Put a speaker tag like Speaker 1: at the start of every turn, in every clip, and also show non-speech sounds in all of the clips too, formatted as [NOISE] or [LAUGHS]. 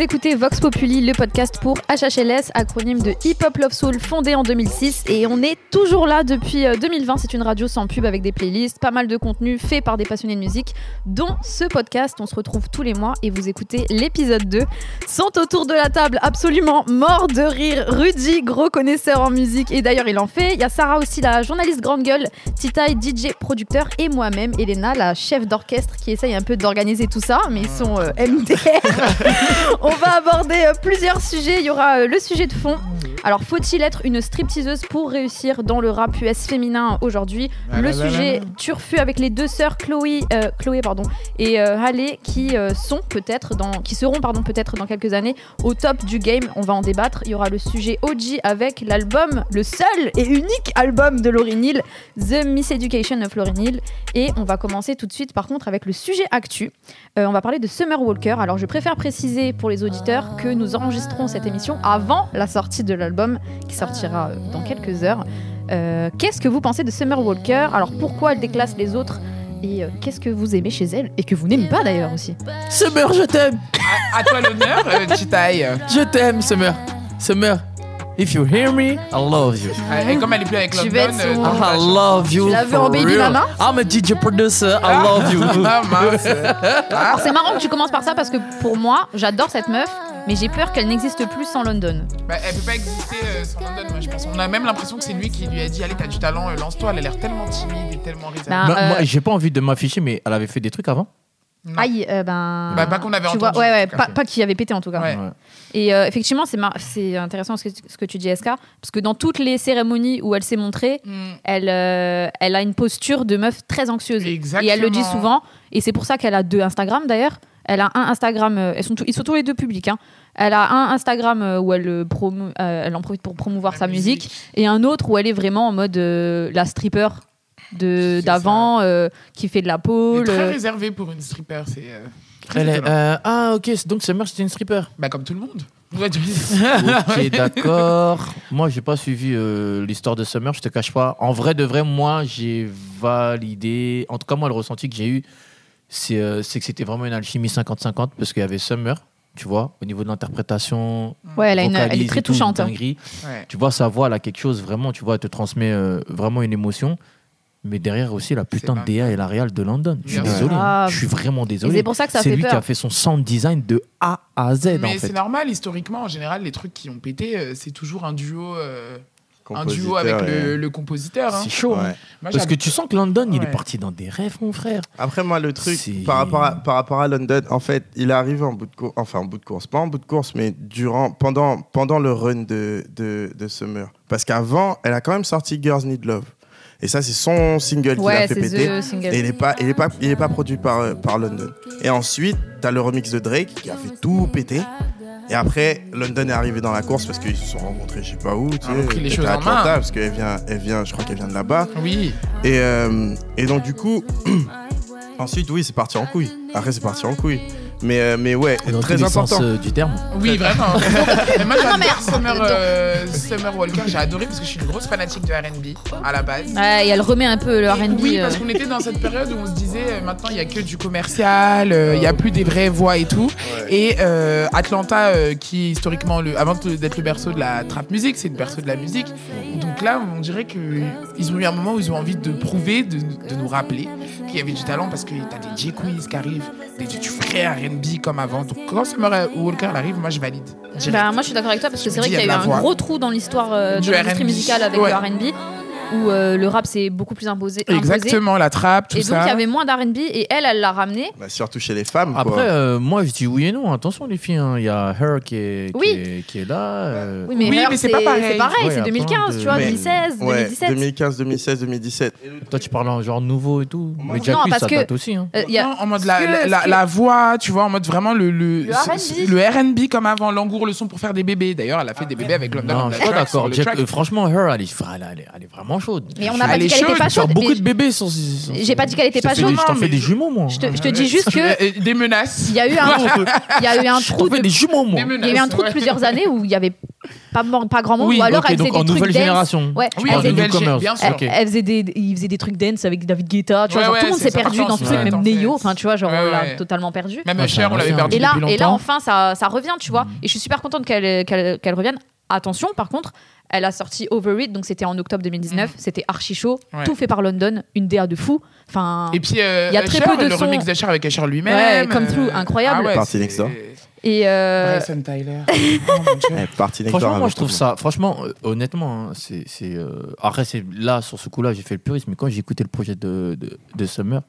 Speaker 1: écoutez Vox Populi, le podcast pour HHLS, acronyme de Hip Hop Love Soul, fondé en 2006. Et on est toujours là depuis euh, 2020. C'est une radio sans pub avec des playlists, pas mal de contenu fait par des passionnés de musique, dont ce podcast. On se retrouve tous les mois et vous écoutez l'épisode 2. Sont autour de la table absolument mort de rire Rudy, gros connaisseur en musique. Et d'ailleurs, il en fait. Il y a Sarah aussi, la journaliste grande gueule, Titaï, DJ, producteur, et moi-même, Elena, la chef d'orchestre qui essaye un peu d'organiser tout ça, mais ils sont euh, MDR. [LAUGHS] On va aborder euh, plusieurs sujets. Il y aura euh, le sujet de fond. Alors, faut-il être une stripteaseuse pour réussir dans le rap US féminin aujourd'hui
Speaker 2: Ah
Speaker 1: Le
Speaker 2: là là
Speaker 1: sujet
Speaker 2: là là.
Speaker 1: turfu avec les deux sœurs Chloé, euh, Chloé pardon, et euh, Haley qui euh, sont peut-être dans, qui seront pardon peut-être dans quelques années au top du game. On va en débattre. Il y aura le sujet OG avec l'album, le seul et unique album de Lauryn Hill, The Miseducation of Lauryn Hill. Et on va commencer tout de suite par contre avec le sujet actu. Euh, on va parler de Summer Walker. Alors je préfère préciser pour les auditeurs que nous enregistrons cette émission avant la sortie de l'album qui sortira euh, dans quelques heures. Euh, qu'est-ce que vous pensez de Summer Walker Alors pourquoi elle déclasse les autres et euh, qu'est-ce que vous aimez chez elle et que vous n'aimez pas d'ailleurs aussi
Speaker 3: Summer, je t'aime.
Speaker 2: À toi l'honneur, euh, Chitaï. Euh,
Speaker 3: Je t'aime, Summer. Summer, if you hear me, I love you. Ah,
Speaker 2: Et comme elle est plus avec
Speaker 1: Tu
Speaker 2: London,
Speaker 1: veux être
Speaker 2: euh,
Speaker 1: son-
Speaker 2: donc,
Speaker 3: I
Speaker 2: euh,
Speaker 3: love you.
Speaker 1: bah, Tu la veux
Speaker 3: for
Speaker 1: en baby
Speaker 3: real.
Speaker 1: mama
Speaker 3: I'm a DJ producer, I
Speaker 1: [LAUGHS]
Speaker 3: love you.
Speaker 2: Ah mince.
Speaker 1: Alors c'est marrant que tu commences par ça parce que pour moi, j'adore cette meuf, mais j'ai peur qu'elle n'existe plus sans London.
Speaker 2: Bah, elle peut pas exister euh, sans London, moi je pense. On a même l'impression que c'est lui qui lui a dit Allez, t'as du talent, euh, lance-toi. Elle a l'air tellement timide et tellement réservée.
Speaker 1: Bah,
Speaker 3: Moi-
Speaker 1: euh,
Speaker 3: moi, j'ai pas envie de m'afficher, mais elle avait fait des trucs avant.
Speaker 2: Non.
Speaker 1: Aïe, euh, ben.
Speaker 2: Bah, pas qu'on avait
Speaker 1: tu vois,
Speaker 2: entendu,
Speaker 1: ouais, ouais,
Speaker 2: en tout
Speaker 1: pas,
Speaker 2: cas.
Speaker 1: pas qu'il avait pété en tout cas.
Speaker 2: Ouais.
Speaker 1: Et euh, effectivement, c'est mar- c'est intéressant ce que, ce que tu dis, SK, parce que dans toutes les cérémonies où elle s'est montrée,
Speaker 2: Hmm.
Speaker 1: elle, euh, elle a une posture de meuf très anxieuse.
Speaker 2: Exactement.
Speaker 1: Et elle le dit souvent. Et c'est pour ça qu'elle a deux Instagram d'ailleurs. Elle a un Instagram, euh, elles sont tous- ils sont tous les deux publics. hein. Elle a un Instagram euh, où elle, euh, promo- euh, elle en profite pour promouvoir
Speaker 2: La
Speaker 1: sa musique. et un auque où elle est vraiment en mode euh, la stripper de-
Speaker 2: C'est
Speaker 1: d'avant euh, qui fait de la
Speaker 2: Elle est
Speaker 1: pole.
Speaker 2: très
Speaker 1: euh.
Speaker 2: réservée pour une stripper, c'est. euh, très
Speaker 3: Elle est,
Speaker 2: étonnant.
Speaker 3: euh, ah, ok, c'est- donc Summer, c'était une stripper.
Speaker 2: Bah, comme tout le monde. Ouais, tu-
Speaker 3: [LAUGHS] Ok, d'accord. Moi, j'ai pas suivi euh, l'histoire de Summer, je te cache pas. En vrai de vrai, moi, j'ai validé. En tout cas, moi, le ressenti que j'ai eu, c'est euh, c'est que c'était vraiment une alchimie 50-50 parce qu'il y avait Summer, tu vois, au niveau de l'interprétation.
Speaker 1: Ouais, elle, a une- elle
Speaker 3: vocalise
Speaker 1: est très
Speaker 3: et tout,
Speaker 1: touchante. hein.
Speaker 3: dinguerie.
Speaker 2: Ouais.
Speaker 3: Tu vois, sa voix, elle a quelque chose vraiment, tu vois, elle te transmet euh, vraiment une émotion. Mais derrière aussi, la putain de
Speaker 2: pas-
Speaker 3: DA et la Real de London. Je suis
Speaker 2: Bien sûr.
Speaker 3: désolé. hein.
Speaker 1: Ah.
Speaker 3: Je suis vraiment
Speaker 1: Et
Speaker 3: désolé.
Speaker 1: c'est pour ça que ça
Speaker 3: C'est
Speaker 1: fait
Speaker 3: lui qui a
Speaker 1: peur.
Speaker 3: fait son sound design de A à Z, en
Speaker 2: Mais c'est
Speaker 3: fait.
Speaker 2: normal, historiquement, en général, les trucs qui ont pété, euh, c'est toujours un duo, euh, un duo
Speaker 4: Compositeur
Speaker 2: avec
Speaker 4: et-
Speaker 2: le, le compositeur. hein.
Speaker 3: C'est chaud. hein.
Speaker 4: Ouais.
Speaker 2: Moi,
Speaker 3: Parce que tu sens que London, il
Speaker 2: Ouais.
Speaker 3: est parti dans des rêves, mon frère.
Speaker 4: Après, moi, le truc,
Speaker 3: C'est-
Speaker 4: par rapport, à, par rapport à London, en fait, il est arrivé en bout de course, enfin en bout de course, pas en bout de course, mais durant, pendant, pendant le run de, de, de Summer. Parce qu'avant, elle a quand même sorti Girls Need Love. Et ça, c'est son single qui l'a
Speaker 1: Ouais,
Speaker 4: fait
Speaker 1: c'est
Speaker 4: péter.
Speaker 1: The Single.
Speaker 4: Et il n'est pas, il est pas, il est pas produit par, euh, par London. Et ensuite, tu as le remix de Drake qui a fait tout péter. Et après, London est arrivé dans la course parce qu'ils se sont rencontrés, je sais pas où. Tu
Speaker 2: Ils ont
Speaker 4: sais,
Speaker 2: pris les
Speaker 4: peut-être
Speaker 2: choses
Speaker 4: à
Speaker 2: en main.
Speaker 4: Atlanta, Parce qu'elle vient, elle vient, je crois qu'elle vient de là-bas.
Speaker 2: Oui,
Speaker 4: Et, euh, et donc, du coup, [CLEARS THROAT] ensuite, oui, c'est parti en couille. Après, c'est parti en couille. Mais, euh, mais ouais,
Speaker 3: Dans
Speaker 4: très
Speaker 3: tous les
Speaker 4: important.
Speaker 3: sens euh, du terme.
Speaker 2: oui, vraiment. Mais moi,
Speaker 1: Non, mais-
Speaker 2: j'adore Summer, euh, Summer Walker. J'ai adoré parce que je suis une grosse fanatique de RB à la base.
Speaker 1: Ouais, et elle remet un peu le RB.
Speaker 2: Oui,
Speaker 1: euh.
Speaker 2: parce qu'on était dans cette période où on se disait euh, maintenant il n'y a que du commercial, euh, il n'y a plus des vraies voix et tout. Et euh, Atlanta, euh, qui est historiquement, le, avant de- d'être le berceau de la trap musique, c'est le berceau de la musique. Donc là, on dirait qu'ils ont eu un moment où ils ont envie de prouver, de, de nous rappeler qu'il y avait du talent parce que t'as des J. Quiz qui arrivent, des, du vrai RB comme avant. Donc quand Summer Walker arrive, moi je valide. direct.
Speaker 1: Bah, moi, je suis d'accord avec toi parce que c'est vrai
Speaker 2: dis,
Speaker 1: qu'il y a eu
Speaker 2: il y a de
Speaker 1: un
Speaker 2: la voix.
Speaker 1: gros trou dans l'histoire euh,
Speaker 2: Du
Speaker 1: de l'industrie
Speaker 2: R&B.
Speaker 1: musicale avec
Speaker 2: Ouais.
Speaker 1: le R&B où euh, le rap s'est beaucoup plus imposé. imposé.
Speaker 2: Exactement, la trap, tout
Speaker 1: Et donc,
Speaker 2: ça.
Speaker 1: il y avait moins d'R&B et elle, elle l'a ramené.
Speaker 4: Bah, surtout chez les femmes. quoi.
Speaker 3: euh, Après, euh, moi, je dis oui et non. Attention, les filles. hein. Il y a Her qui est, qui
Speaker 1: Oui.
Speaker 3: est- qui est là. euh,
Speaker 1: Oui, mais,
Speaker 2: Oui,
Speaker 1: Her,
Speaker 2: mais c'est pas pareil.
Speaker 1: C'est
Speaker 3: Ouais,
Speaker 1: c'est
Speaker 3: attends,
Speaker 1: 2015, tu vois,
Speaker 4: mais-
Speaker 1: 2016,
Speaker 4: Ouais,
Speaker 1: 2017.
Speaker 4: 2015, 2016, 2017.
Speaker 3: Toi, tu parles en genre nouveau et tout. Mais
Speaker 1: Non,
Speaker 3: Jack Quiz,
Speaker 1: parce
Speaker 3: ça
Speaker 1: que-
Speaker 3: date aussi. hein.
Speaker 1: Euh, il y a-
Speaker 2: Non, en mode la,
Speaker 1: ce que-
Speaker 2: la,
Speaker 1: ce
Speaker 2: la-
Speaker 1: que-
Speaker 2: la voix, tu vois, en mode vraiment le, le,
Speaker 1: Le
Speaker 2: ce-
Speaker 1: R&B.
Speaker 2: ce- le R&B comme avant, l'angour, le son pour faire des bébés. D'ailleurs, elle a fait des bébés avec London.
Speaker 3: Non,
Speaker 2: on
Speaker 3: je
Speaker 2: a
Speaker 3: suis pas
Speaker 2: track sur
Speaker 3: d'accord.
Speaker 2: le
Speaker 3: Jack-
Speaker 2: track.
Speaker 3: euh, franchement, Her, elle est, elle, elle est- elle est vraiment chaude.
Speaker 1: Mais on
Speaker 3: Je-
Speaker 1: n'a pas
Speaker 2: Elle
Speaker 1: dit
Speaker 2: est
Speaker 1: qu'elle était
Speaker 2: chaude,
Speaker 1: pas
Speaker 3: Je sors
Speaker 1: chaude.
Speaker 3: beaucoup
Speaker 1: mais
Speaker 3: de bébés sur. sur-
Speaker 1: J'ai pas dit qu'elle était
Speaker 3: Je t'en
Speaker 1: pas
Speaker 3: fais des-
Speaker 1: chaude.
Speaker 3: Je t'en
Speaker 2: non,
Speaker 3: fais
Speaker 2: mais-
Speaker 3: des jumeaux, moi. Ah,
Speaker 1: Je
Speaker 3: [LAUGHS]
Speaker 1: te, je te dis juste
Speaker 2: [LAUGHS]
Speaker 1: que
Speaker 2: Euh, Des menaces. [LAUGHS]
Speaker 1: il y a eu un, il y a eu un
Speaker 3: Je t'en
Speaker 1: trou de
Speaker 3: fais des jumeaux, moi.
Speaker 2: Des menaces.
Speaker 1: il y a eu un trou de
Speaker 2: ouais.
Speaker 1: plusieurs années où il y avait pas, mo- pas grand monde,
Speaker 2: Oui,
Speaker 1: Ah ou alors
Speaker 3: Ok,
Speaker 1: elle faisait
Speaker 3: donc en
Speaker 1: des trucs
Speaker 3: nouvelle
Speaker 1: dance.
Speaker 3: génération.
Speaker 1: Ouais,
Speaker 2: Oui,
Speaker 1: elle,
Speaker 2: en
Speaker 1: faisait-
Speaker 2: nouvelle
Speaker 3: newcomers.
Speaker 2: gé- bien sûr.
Speaker 1: elle-
Speaker 3: Ok.
Speaker 1: elle faisait des, il faisait des trucs dance avec David Guetta, tu vois,
Speaker 2: Ouais,
Speaker 1: genre,
Speaker 2: ouais,
Speaker 1: tout le monde
Speaker 2: c'est
Speaker 1: s'est perdu
Speaker 2: important,
Speaker 1: dans ce
Speaker 2: c'est
Speaker 1: truc, même
Speaker 2: important,
Speaker 1: Neo,
Speaker 2: c'est-
Speaker 1: enfin tu vois, genre
Speaker 2: Ouais,
Speaker 1: on l'a
Speaker 2: ouais.
Speaker 1: totalement perdu.
Speaker 2: Même
Speaker 3: Ouais,
Speaker 2: Cher, on l'avait
Speaker 3: c'est
Speaker 2: perdu
Speaker 1: Et là,
Speaker 2: depuis longtemps. Mm.
Speaker 1: et là, enfin, ça, ça revient, tu vois. Et je suis super contente qu'elle qu'elle- qu'elle revienne. Attention, par contre, elle a sorti Over It, donc c'était en octobre 2019. C'était archi chaud,
Speaker 2: Mm. Ouais.
Speaker 1: tout fait par London, une DA de fou. Enfin,
Speaker 2: Et puis, euh,
Speaker 1: Il y a très
Speaker 2: Usher,
Speaker 1: peu de
Speaker 2: le
Speaker 1: sons.
Speaker 2: remix d'Asher avec Asher lui-même. Ah
Speaker 1: Ouais, Come Through, incroyable.
Speaker 4: Party
Speaker 2: c'est-
Speaker 4: Next Door.
Speaker 1: et, euh,
Speaker 2: Bryson
Speaker 1: [LAUGHS]
Speaker 2: Tyler. Oh, mon Dieu.
Speaker 4: Eh, party next door
Speaker 3: Franchement, moi,
Speaker 4: avec
Speaker 3: je trouve
Speaker 4: tout
Speaker 3: ça. Franchement, euh, honnêtement, hein, c'est. c'est, euh, Après, c'est là, sur ce coup-là, j'ai fait le purisme. Mais quand j'ai écouté le projet de, de, de Summer,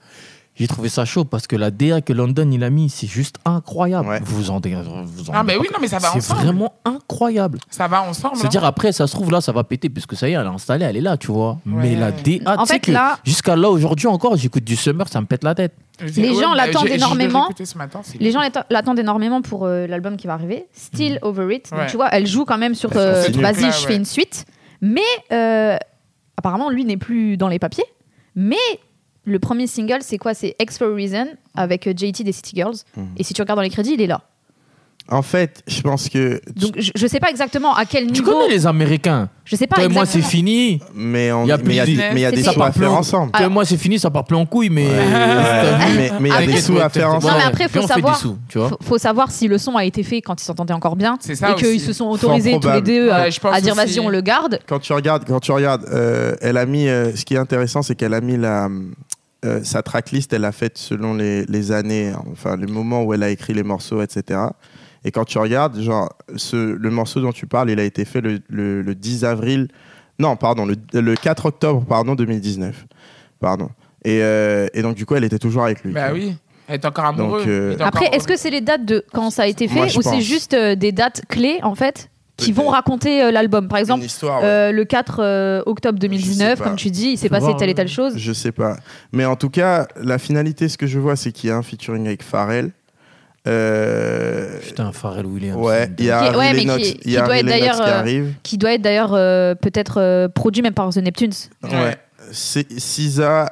Speaker 3: j'ai trouvé ça chaud parce que la DA que London il a mis, c'est juste incroyable.
Speaker 4: Ouais.
Speaker 3: Vous en dé- vous en
Speaker 2: Ah, mais oui, non, mais ça va
Speaker 3: C'est
Speaker 2: ensemble.
Speaker 3: vraiment incroyable.
Speaker 2: Ça va ensemble. hein.
Speaker 3: C'est-à-dire, après, ça se trouve, là, ça va péter, puisque ça y est, elle est installée, elle est là, tu vois. Mais
Speaker 2: Ouais.
Speaker 3: la DA,
Speaker 1: En
Speaker 3: tu sais
Speaker 1: fait,
Speaker 3: que
Speaker 1: là-
Speaker 3: jusqu'à là, aujourd'hui encore, j'écoute du Summer, ça me pète la tête.
Speaker 1: Les
Speaker 2: Ouais,
Speaker 1: gens
Speaker 2: bah,
Speaker 1: l'attendent
Speaker 2: j'ai- j'ai- je l'ai
Speaker 1: énormément.
Speaker 2: écouté ce matin, c'est-
Speaker 1: les gens l'atta- l'attendent énormément pour euh, l'album qui va arriver, Still Over It. Donc,
Speaker 2: Mhm. Ouais.
Speaker 1: tu vois, elle joue quand même sur.
Speaker 4: Elle
Speaker 1: euh,
Speaker 4: continue.
Speaker 1: Vas-y,
Speaker 2: Là,
Speaker 1: je
Speaker 2: ouais.
Speaker 1: fais une suite. Mais euh, apparemment, lui n'est plus dans les papiers. Mais le premier single, c'est quoi C'est X for a Reason avec euh, JT des City Girls.
Speaker 4: Mhm.
Speaker 1: Et si tu regardes dans les crédits, il est là.
Speaker 4: En fait, je pense que.
Speaker 1: Donc je, je sais pas exactement à quel
Speaker 3: Tu
Speaker 1: niveau.
Speaker 3: connais les Américains
Speaker 1: Je sais pas
Speaker 3: Toi et moi, c'est
Speaker 1: exactement.
Speaker 3: fini.
Speaker 4: Mais on-
Speaker 3: Il y a
Speaker 4: mais il y a
Speaker 3: plus
Speaker 4: des-
Speaker 2: de-
Speaker 4: mais il y a des
Speaker 1: Ça
Speaker 4: sous à
Speaker 3: part plus
Speaker 4: faire
Speaker 3: haut.
Speaker 4: ensemble.
Speaker 3: Toi et moi, c'est fini, ça part plus en couille, mais.
Speaker 4: Ouais, Mais mais il y a des
Speaker 2: T'inquiète,
Speaker 4: sous à faire
Speaker 3: Ouais,
Speaker 1: Non,
Speaker 4: ensemble.
Speaker 1: mais après, faut
Speaker 3: puis on fait des
Speaker 1: savoir-
Speaker 3: sous, tu vois.
Speaker 1: Faut, faut savoir si le son a été fait quand ils s'entendaient encore bien
Speaker 2: C'est ça
Speaker 1: et qu'ils
Speaker 2: aussi.
Speaker 1: se sont autorisés
Speaker 4: Fort
Speaker 1: tous les
Speaker 4: probable.
Speaker 1: deux à,
Speaker 2: Ouais, je pense
Speaker 1: à dire
Speaker 2: aussi.
Speaker 1: vas-y on le garde.
Speaker 4: Quand tu regardes, quand tu regardes, euh, elle a mis. euh, ce qui est intéressant, c'est qu'elle a mis la euh, sa tracklist. Elle l'a faite selon les, les années, hein, enfin les moments où elle a écrit les morceaux, etc. Et quand tu regardes, genre ce, le morceau dont tu parles, il a été fait le, le- le 10 avril. Non, pardon, le, le 4 octobre, pardon, 2019. Pardon. Et, euh, et donc du coup, elle était toujours avec lui.
Speaker 2: Bah oui, elle est encore amoureuse.
Speaker 4: Donc, euh,
Speaker 2: Il est
Speaker 1: Après,
Speaker 2: encore-
Speaker 1: est-ce que c'est les dates de quand ça a été fait
Speaker 4: Moi, je
Speaker 1: ou c'est
Speaker 4: pense.
Speaker 1: juste euh, des dates clés en fait qui
Speaker 4: Peut-être.
Speaker 1: vont raconter euh, l'album Par exemple,
Speaker 4: Une histoire. ouais.
Speaker 1: euh, le 4 euh, octobre 2019,
Speaker 4: pas.
Speaker 1: comme tu dis, il s'est
Speaker 3: Faut
Speaker 1: passé
Speaker 3: voir,
Speaker 1: telle et
Speaker 3: euh,
Speaker 1: telle chose.
Speaker 4: Je sais pas. Mais en tout cas, la finalité, ce que je vois, c'est qu'il y a un featuring avec Pharrell. Euh,
Speaker 3: Putain, Pharrell Williams.
Speaker 4: ouais, il y a
Speaker 1: Qui est-
Speaker 4: un
Speaker 1: ouais,
Speaker 4: Riley
Speaker 1: mais
Speaker 4: Knox-
Speaker 1: qui-
Speaker 4: il y a
Speaker 1: qui
Speaker 4: un
Speaker 1: doit être
Speaker 4: Riley Knox
Speaker 1: d'ailleurs,
Speaker 4: qui
Speaker 1: euh,
Speaker 4: arrive.
Speaker 1: Qui doit être d'ailleurs euh, peut-être euh, produit même par The Neptunes.
Speaker 4: Ouais. C'est Sisa,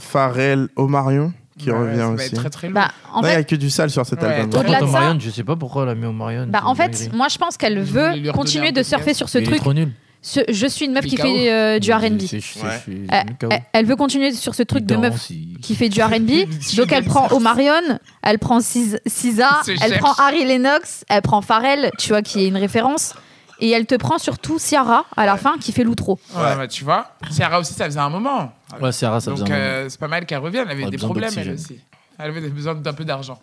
Speaker 4: Pharrell, Omarion qui
Speaker 2: Bah ouais,
Speaker 4: revient
Speaker 2: ça va
Speaker 4: aussi.
Speaker 2: être très très long.
Speaker 1: Bah, en
Speaker 4: Non, il n'y
Speaker 1: fait,
Speaker 4: a que du sale sur cet
Speaker 2: Ouais,
Speaker 4: album.
Speaker 1: Au-delà de ça-
Speaker 3: Marianne, je sais pas pourquoi elle a mis au Marianne.
Speaker 1: bah,
Speaker 3: c'est
Speaker 1: en
Speaker 3: une
Speaker 1: fait,
Speaker 3: dinguerie.
Speaker 1: moi je pense qu'elle
Speaker 2: Je voulais lui
Speaker 1: veut
Speaker 2: redonner
Speaker 1: continuer
Speaker 2: un
Speaker 1: de
Speaker 2: podcast.
Speaker 1: surfer sur ce
Speaker 3: Il est
Speaker 1: truc.
Speaker 3: trop nul.
Speaker 1: Ce- je suis une meuf qui
Speaker 2: Il est KO.
Speaker 1: fait euh, du RB.
Speaker 3: C'est- c'est-
Speaker 4: Ouais.
Speaker 3: c'est-
Speaker 1: Elle,
Speaker 3: c'est
Speaker 1: elle- elle veut continuer sur ce Eh, truc
Speaker 3: Il
Speaker 1: de
Speaker 3: danse,
Speaker 1: meuf
Speaker 3: il-
Speaker 1: qui fait du
Speaker 2: [LAUGHS]
Speaker 1: RB. Donc elle prend Omarion, elle prend Sis- Sisa,
Speaker 2: Se
Speaker 1: elle
Speaker 2: cherche.
Speaker 1: prend Harry Lennox, elle prend Pharrell, tu vois, qui est une référence. Et elle te prend surtout Ciara à la fin qui fait l'outro.
Speaker 2: Ouais, bah, tu vois, Ciara aussi, ça faisait un moment.
Speaker 3: Ouais, Sarah, ça faisait
Speaker 2: Donc
Speaker 3: un moment.
Speaker 2: euh, c'est pas mal qu'elle revienne.
Speaker 3: On
Speaker 2: Elle avait
Speaker 3: a
Speaker 2: des
Speaker 3: besoin
Speaker 2: problèmes, elle
Speaker 3: d'oxygène.
Speaker 2: aussi. Elle avait besoin d'un peu d'argent.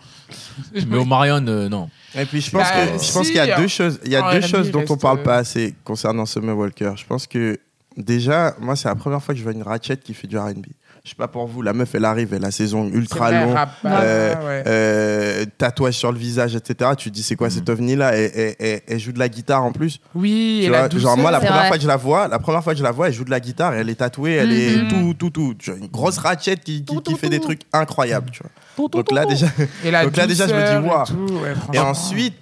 Speaker 3: Mais au Marianne, euh, non.
Speaker 4: Et puis je pense
Speaker 2: Bah,
Speaker 4: que- je
Speaker 2: si,
Speaker 4: pense qu'il y a
Speaker 2: hein.
Speaker 4: deux choses, il y a
Speaker 2: En
Speaker 4: deux
Speaker 2: R&B,
Speaker 4: choses dont on
Speaker 2: reste,
Speaker 4: parle
Speaker 2: euh,
Speaker 4: pas assez concernant Summer Walker. Je pense que déjà, moi c'est la première fois que je vois une ratchet qui fait du R&B. Je sais pas pour vous, la meuf elle arrive, elle a ses ongles ultra longs,
Speaker 2: bah,
Speaker 4: euh, euh, tatouage sur le visage, etc. Tu te dis, c'est
Speaker 2: Mm.
Speaker 4: quoi cet ovni-là et, et- et- elle joue de la guitare en plus.
Speaker 2: Oui,
Speaker 4: Tu
Speaker 2: et
Speaker 4: vois,
Speaker 2: la douceur.
Speaker 4: genre, moi, la
Speaker 1: C'est
Speaker 4: première,
Speaker 1: vrai.
Speaker 4: fois que je la vois, la première fois que je la vois, elle joue de la guitare, elle est tatouée, elle
Speaker 1: Mhm.
Speaker 4: est tout, tout, tout. Tu vois, une grosse ratchette qui, qui-
Speaker 1: Tout,
Speaker 4: qui
Speaker 1: tout,
Speaker 4: fait
Speaker 1: tout.
Speaker 4: des trucs incroyables. Tu vois. Donc là, déjà.
Speaker 2: Et la
Speaker 4: Donc là, déjà, je me dis,
Speaker 2: douceur et
Speaker 4: waouh.
Speaker 2: tout, ouais, franchement.
Speaker 4: et ensuite.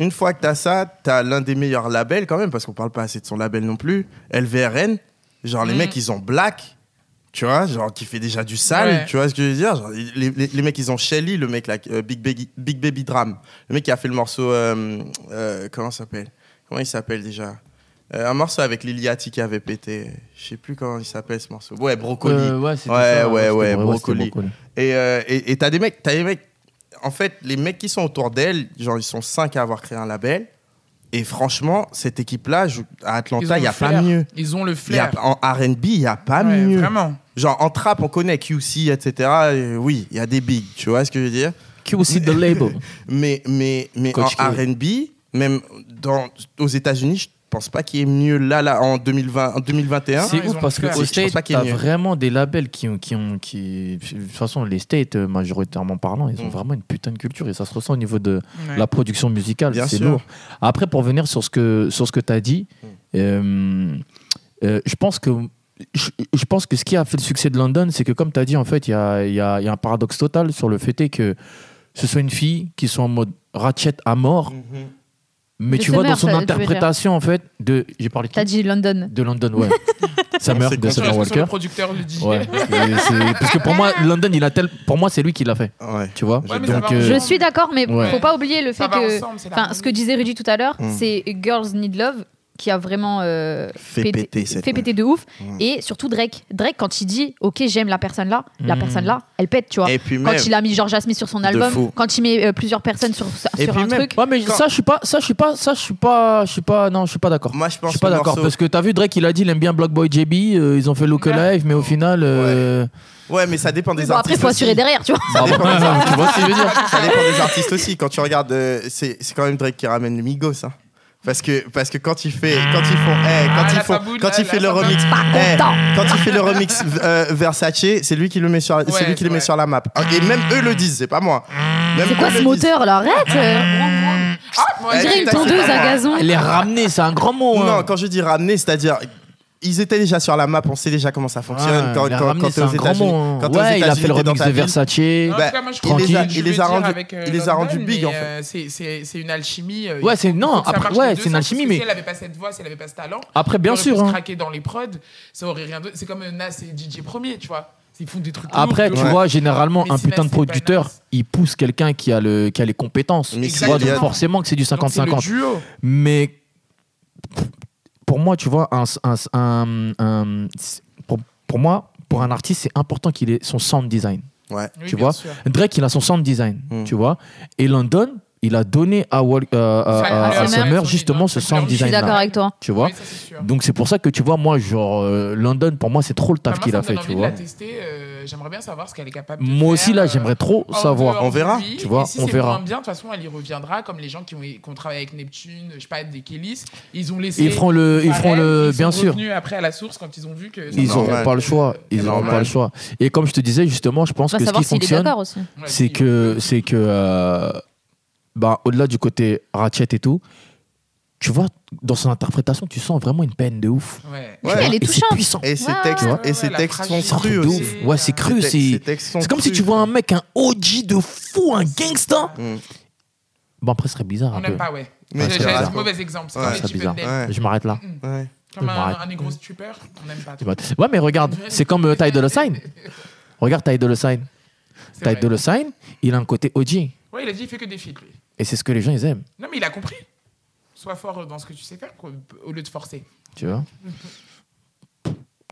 Speaker 4: Une fois que t'as ça, t'as l'un des meilleurs labels quand même, parce qu'on parle pas assez de son label non plus, LVRN. Genre, les
Speaker 2: Mhm.
Speaker 4: mecs, ils ont Black, tu vois, genre, qui fait déjà du sale,
Speaker 2: Ouais.
Speaker 4: tu vois ce que je veux dire Genre, les, les- les mecs, ils ont Shelly, le mec, là, euh, Big, Baby, Big Baby Drum, le mec qui a fait le morceau, euh, euh, comment ça s'appelle Comment il s'appelle déjà Euh, Un morceau avec Liliati qui avait pété, je sais plus comment il s'appelle ce morceau. Ouais, Brocoli.
Speaker 3: Euh, ouais, c'était
Speaker 4: Ouais,
Speaker 3: ça,
Speaker 4: ouais,
Speaker 3: c'était-
Speaker 4: ouais,
Speaker 3: c'était
Speaker 4: brocoli.
Speaker 3: brocoli.
Speaker 4: Et euh, et- et t'as des mecs, t'as des mecs. En fait, les mecs qui sont autour d'elle, genre ils sont cinq à avoir créé un label. Et franchement, cette équipe-là,
Speaker 2: Ils
Speaker 4: je- à
Speaker 2: ont
Speaker 4: Atlanta, il y
Speaker 2: le
Speaker 4: a pas
Speaker 2: flair.
Speaker 4: mieux.
Speaker 2: Ils ont le
Speaker 4: Y a-
Speaker 2: flair.
Speaker 4: en R&B, il y a pas
Speaker 2: Ouais,
Speaker 4: mieux.
Speaker 2: Vraiment.
Speaker 4: Genre en trap, on connaît QC, etc. Euh, oui, il y a des bigs, tu vois ce que je veux dire.
Speaker 3: Qui aussi de
Speaker 4: [LAUGHS]
Speaker 3: label.
Speaker 4: Mais mais mais
Speaker 3: Coach
Speaker 4: en
Speaker 3: K.
Speaker 4: R&B, même dans aux États-Unis, je pense pas qu'il y ait mieux là là en 2020, en 2021.
Speaker 3: C'est
Speaker 2: ils
Speaker 3: ouf
Speaker 2: ont
Speaker 3: parce
Speaker 2: le
Speaker 3: que
Speaker 2: faire.
Speaker 3: aux
Speaker 4: Je pense pas
Speaker 3: States,
Speaker 4: qu'il y ait
Speaker 3: t'as
Speaker 4: mieux.
Speaker 3: vraiment des labels qui ont, qui ont, qui, de toute façon, les States, euh, majoritairement parlant, ils ont
Speaker 4: Mm.
Speaker 3: vraiment une putain de culture et ça se ressent au niveau de
Speaker 2: Ouais.
Speaker 3: la production musicale.
Speaker 4: Bien
Speaker 3: C'est
Speaker 4: sûr. Mm.
Speaker 3: lourd. Après, pour venir sur ce que, sur ce que t'as dit, euh, euh, je pense que je, je pense que ce qui a fait le succès de London, c'est que comme tu as dit, en fait, il y a, il y a- il y a un paradoxe total sur le fait est que ce soit une fille qui soit en mode ratchet à mort,
Speaker 4: Mhm.
Speaker 3: mais
Speaker 1: De
Speaker 3: tu vois
Speaker 1: Summer,
Speaker 3: dans son
Speaker 1: ça, tu veux dire.
Speaker 3: interprétation, en fait, de. J'ai parlé de qui
Speaker 1: T'as dit London.
Speaker 3: De London,
Speaker 4: [LAUGHS]
Speaker 3: ouais. Summer,
Speaker 4: C'est
Speaker 3: de
Speaker 2: Sur
Speaker 3: Summer
Speaker 2: la- sur
Speaker 3: Walker.
Speaker 2: le producteur, le DJ.
Speaker 3: Ouais. Et c'est- Parce que pour moi, London, il a tel. Pour moi, c'est lui qui l'a fait,
Speaker 4: Ouais.
Speaker 3: tu vois.
Speaker 4: Ouais,
Speaker 2: mais ça
Speaker 3: Donc,
Speaker 2: va,
Speaker 3: euh,
Speaker 1: Je suis d'accord, mais
Speaker 3: Ouais.
Speaker 1: faut pas oublier le fait
Speaker 2: Ça va
Speaker 1: que.
Speaker 2: ensemble, c'est la
Speaker 1: Enfin, ce que disait Rudy tout à l'heure,
Speaker 4: Mm.
Speaker 1: c'est Girls Need Love. qui a vraiment euh,
Speaker 4: Fait péter cette
Speaker 1: fait
Speaker 4: meuf.
Speaker 1: péter de ouf.
Speaker 4: Mm.
Speaker 1: Et surtout Drake. Drake, quand il dit Ok, j'aime la personne là, la
Speaker 3: Mm.
Speaker 1: personne là, elle pète, tu vois.
Speaker 4: Et puis
Speaker 1: quand
Speaker 4: même,
Speaker 1: il a mis Georgia Smith sur son
Speaker 4: De
Speaker 1: album,
Speaker 4: fou.
Speaker 1: quand il met euh, plusieurs personnes sur,
Speaker 4: Et
Speaker 1: sur
Speaker 4: puis
Speaker 1: un
Speaker 4: même-
Speaker 1: truc.
Speaker 3: Ouais, mais ça, je suis pas, ça, je suis pas, ça, je suis pas, je suis pas, non, je suis pas d'accord.
Speaker 4: moi je
Speaker 3: Je
Speaker 4: pense
Speaker 3: suis pas
Speaker 4: que le
Speaker 3: d'accord
Speaker 4: morceau-
Speaker 3: parce que t'as vu Drake, il a dit, il aime bien Block Boy JB, euh, ils ont fait Look Live, mais au final, euh,
Speaker 4: Ouais, mais ça dépend des
Speaker 1: Bon, après,
Speaker 4: artistes.
Speaker 1: faut assurer
Speaker 4: aussi.
Speaker 1: derrière, tu vois.
Speaker 4: Ça dépend des
Speaker 3: [LAUGHS]
Speaker 4: artistes.
Speaker 3: tu vois ce que je veux dire
Speaker 4: Ça dépend des artistes aussi. Quand tu regardes, euh, c'est c'est quand même Drake qui ramène le Migos. hein. Parce que, parce que quand il fait quand ils font eh, quand
Speaker 2: Ah,
Speaker 4: ils
Speaker 2: la
Speaker 4: font
Speaker 2: faboule,
Speaker 4: quand
Speaker 2: là,
Speaker 4: il fait
Speaker 2: la
Speaker 4: le
Speaker 2: faboule.
Speaker 4: remix
Speaker 1: Pas
Speaker 4: eh,
Speaker 1: content.
Speaker 4: quand il fait le remix euh, Versace c'est lui qui le met sur la- c'est
Speaker 2: Ouais,
Speaker 4: lui qui le
Speaker 2: ouais.
Speaker 4: met sur la map et même eux le disent c'est pas moi Même
Speaker 1: C'est
Speaker 4: eux
Speaker 1: quoi
Speaker 4: le
Speaker 1: ce
Speaker 4: [LAUGHS] disent.
Speaker 1: moteur là Arrête euh.
Speaker 2: Ah, moi,
Speaker 1: On
Speaker 4: Ouais,
Speaker 1: dirait une
Speaker 4: putain, c'est
Speaker 1: tondeuse
Speaker 4: pas
Speaker 1: à
Speaker 4: moi.
Speaker 1: gazon.
Speaker 3: Les ramener, c'est un grand mot. hein.
Speaker 4: non quand je dis ramener c'est à dire ils étaient déjà sur la map on sait déjà comment ça fonctionne
Speaker 3: Ouais,
Speaker 4: quand
Speaker 3: les
Speaker 4: quand-
Speaker 3: ramener,
Speaker 4: quand
Speaker 3: c'est
Speaker 4: t'es aux
Speaker 3: un grand
Speaker 4: États-Unis
Speaker 3: mot. hein.
Speaker 4: quand t'es aux
Speaker 3: Ouais, il a
Speaker 4: États-Unis,
Speaker 3: fait le
Speaker 4: t'es dans
Speaker 3: remix
Speaker 4: ta
Speaker 3: de
Speaker 4: ville.
Speaker 3: Versace.
Speaker 2: Non, en
Speaker 4: Bah,
Speaker 2: tout cas, moi, je
Speaker 4: il les a-
Speaker 2: je
Speaker 4: il
Speaker 2: vais
Speaker 4: les a
Speaker 2: dire
Speaker 4: rendus-
Speaker 2: avec, euh,
Speaker 4: il les a rendus
Speaker 2: London,
Speaker 4: big,
Speaker 2: mais,
Speaker 4: en fait.
Speaker 2: euh, c'est- c'est c'est une alchimie. euh,
Speaker 3: Ouais,
Speaker 2: il
Speaker 3: c'est-
Speaker 2: faut
Speaker 3: non,
Speaker 2: que ça
Speaker 3: après-
Speaker 2: marche
Speaker 3: ouais,
Speaker 2: les deux,
Speaker 3: c'est une
Speaker 2: ça, parce que
Speaker 3: alchimie, mais-
Speaker 2: Si elle avait pas cette voix, si elle avait pas ce talent.
Speaker 3: Après, bien
Speaker 2: elle aurait
Speaker 3: sûr,
Speaker 2: pu se
Speaker 3: hein.
Speaker 2: craquer dans les prods, ça aurait rien d'autre. C'est comme euh, Nas et DJ Premier, tu vois. Ils font des trucs. lourds,
Speaker 3: Après, tu
Speaker 2: lourds.
Speaker 4: Ouais.
Speaker 3: vois, généralement,
Speaker 2: Mais
Speaker 3: un
Speaker 2: si
Speaker 3: putain
Speaker 2: Nas,
Speaker 3: de
Speaker 2: c'est pas
Speaker 3: producteur,
Speaker 2: Nas.
Speaker 3: il pousse quelqu'un qui, a le- qui a les compétences.
Speaker 4: Mais
Speaker 3: Tu vois, donc
Speaker 2: Exactement.
Speaker 3: forcément que c'est du
Speaker 2: Donc, c'est le
Speaker 3: 50-50.
Speaker 2: duo.
Speaker 3: Mais pour moi, tu vois, un, un- un- un- c'est- pour, pour moi, pour un artiste, c'est important qu'il ait son sound design.
Speaker 4: ouais
Speaker 2: Oui,
Speaker 3: Tu
Speaker 2: bien
Speaker 3: vois.
Speaker 2: sûr.
Speaker 3: Drake, il a son sound design,
Speaker 4: Mm.
Speaker 3: tu vois. Et London, il a donné à, Wal- euh, à- à- à
Speaker 1: Summer.
Speaker 3: Summer justement ce sound
Speaker 1: Je suis
Speaker 3: design
Speaker 1: d'accord avec toi.
Speaker 3: tu vois.
Speaker 2: Oui, ça, c'est sûr.
Speaker 3: Donc c'est pour ça que tu vois, moi, genre, euh, London, pour moi, c'est trop le taf
Speaker 2: Enfin, moi,
Speaker 3: qu'il
Speaker 2: ça
Speaker 3: a
Speaker 2: me
Speaker 3: fait,
Speaker 2: donne
Speaker 3: tu
Speaker 2: envie de
Speaker 3: vois.
Speaker 2: la tester, euh, J'aimerais bien savoir ce qu'elle est capable de
Speaker 3: Moi aussi,
Speaker 2: faire,
Speaker 3: là,
Speaker 2: euh,
Speaker 3: j'aimerais trop
Speaker 2: en
Speaker 3: savoir.
Speaker 2: dehors
Speaker 4: On
Speaker 2: de
Speaker 4: verra,
Speaker 2: lui.
Speaker 3: tu vois,
Speaker 2: Et si
Speaker 3: on
Speaker 2: c'est
Speaker 3: verra.
Speaker 2: moins bien, de toute façon, elle y reviendra, comme les gens qui ont, qui ont travaillé avec Neptune, je sais pas, des Kellys, ils ont laissé.
Speaker 3: Ils feront le, ils feront
Speaker 2: Pareil,
Speaker 3: le,
Speaker 2: sont
Speaker 3: bien sûr.
Speaker 2: revenus après à la source quand ils ont vu que.
Speaker 3: Ils n'auront
Speaker 4: normal.
Speaker 3: pas le choix. Ils
Speaker 4: C'est
Speaker 3: n'auront
Speaker 4: normal.
Speaker 3: pas le choix. Et comme je te disais justement, je pense
Speaker 1: On va
Speaker 3: que ce
Speaker 1: savoir
Speaker 3: qui
Speaker 1: s'il est
Speaker 3: fonctionne,
Speaker 1: d'accord aussi.
Speaker 2: Ouais,
Speaker 3: c'est
Speaker 2: si.
Speaker 3: que, c'est que, euh, bah, au-delà du côté ratchet et tout, tu vois, dans son interprétation, tu sens vraiment une peine de ouf.
Speaker 2: Ouais.
Speaker 4: Ouais.
Speaker 1: Elle est
Speaker 3: Et c'est
Speaker 1: touchante.
Speaker 3: puissant.
Speaker 4: et ces
Speaker 1: Ouais,
Speaker 4: textes
Speaker 1: ouais,
Speaker 2: ouais,
Speaker 4: et ces
Speaker 2: la
Speaker 4: textes sont
Speaker 2: fragilité.
Speaker 3: C'est un truc
Speaker 4: crus
Speaker 3: de
Speaker 4: aussi
Speaker 3: ouf. Ouais, c'est cru.
Speaker 4: Ces
Speaker 3: C'est,
Speaker 4: textes sont
Speaker 3: c'est comme si
Speaker 4: crus,
Speaker 3: tu vois un mec, un OG de fou, un gangsta.
Speaker 4: Mm.
Speaker 3: Bon, après, ce serait bizarre
Speaker 2: On
Speaker 3: un peu.
Speaker 2: n'aime pas, ouais.
Speaker 4: Ouais,
Speaker 2: J'ai
Speaker 4: c'est
Speaker 2: un
Speaker 4: bizarre.
Speaker 2: mauvais exemple. C'est
Speaker 4: Ouais,
Speaker 2: comme les
Speaker 3: c'est
Speaker 2: Chip and
Speaker 3: bizarre.
Speaker 2: Dale.
Speaker 4: Ouais.
Speaker 3: Je m'arrête là.
Speaker 4: Ouais.
Speaker 2: Comme
Speaker 3: Ouais.
Speaker 2: un, un négro stripper, on n'aime pas.
Speaker 3: Tu vois. Ouais, mais regarde, c'est comme euh, Ty Dolla $ign. Regarde Ty Dolla $ign.
Speaker 2: C'est
Speaker 3: Ty
Speaker 2: vrai.
Speaker 3: Dolla $ign, il a un côté OG.
Speaker 2: Ouais, il a dit, il fait que des feats, lui.
Speaker 3: Et c'est ce que les gens, ils aiment,
Speaker 2: Non, mais il a compris. Sois fort dans ce que tu sais faire, quoi, au lieu
Speaker 3: [LAUGHS]
Speaker 2: de forcer.
Speaker 3: tu vois.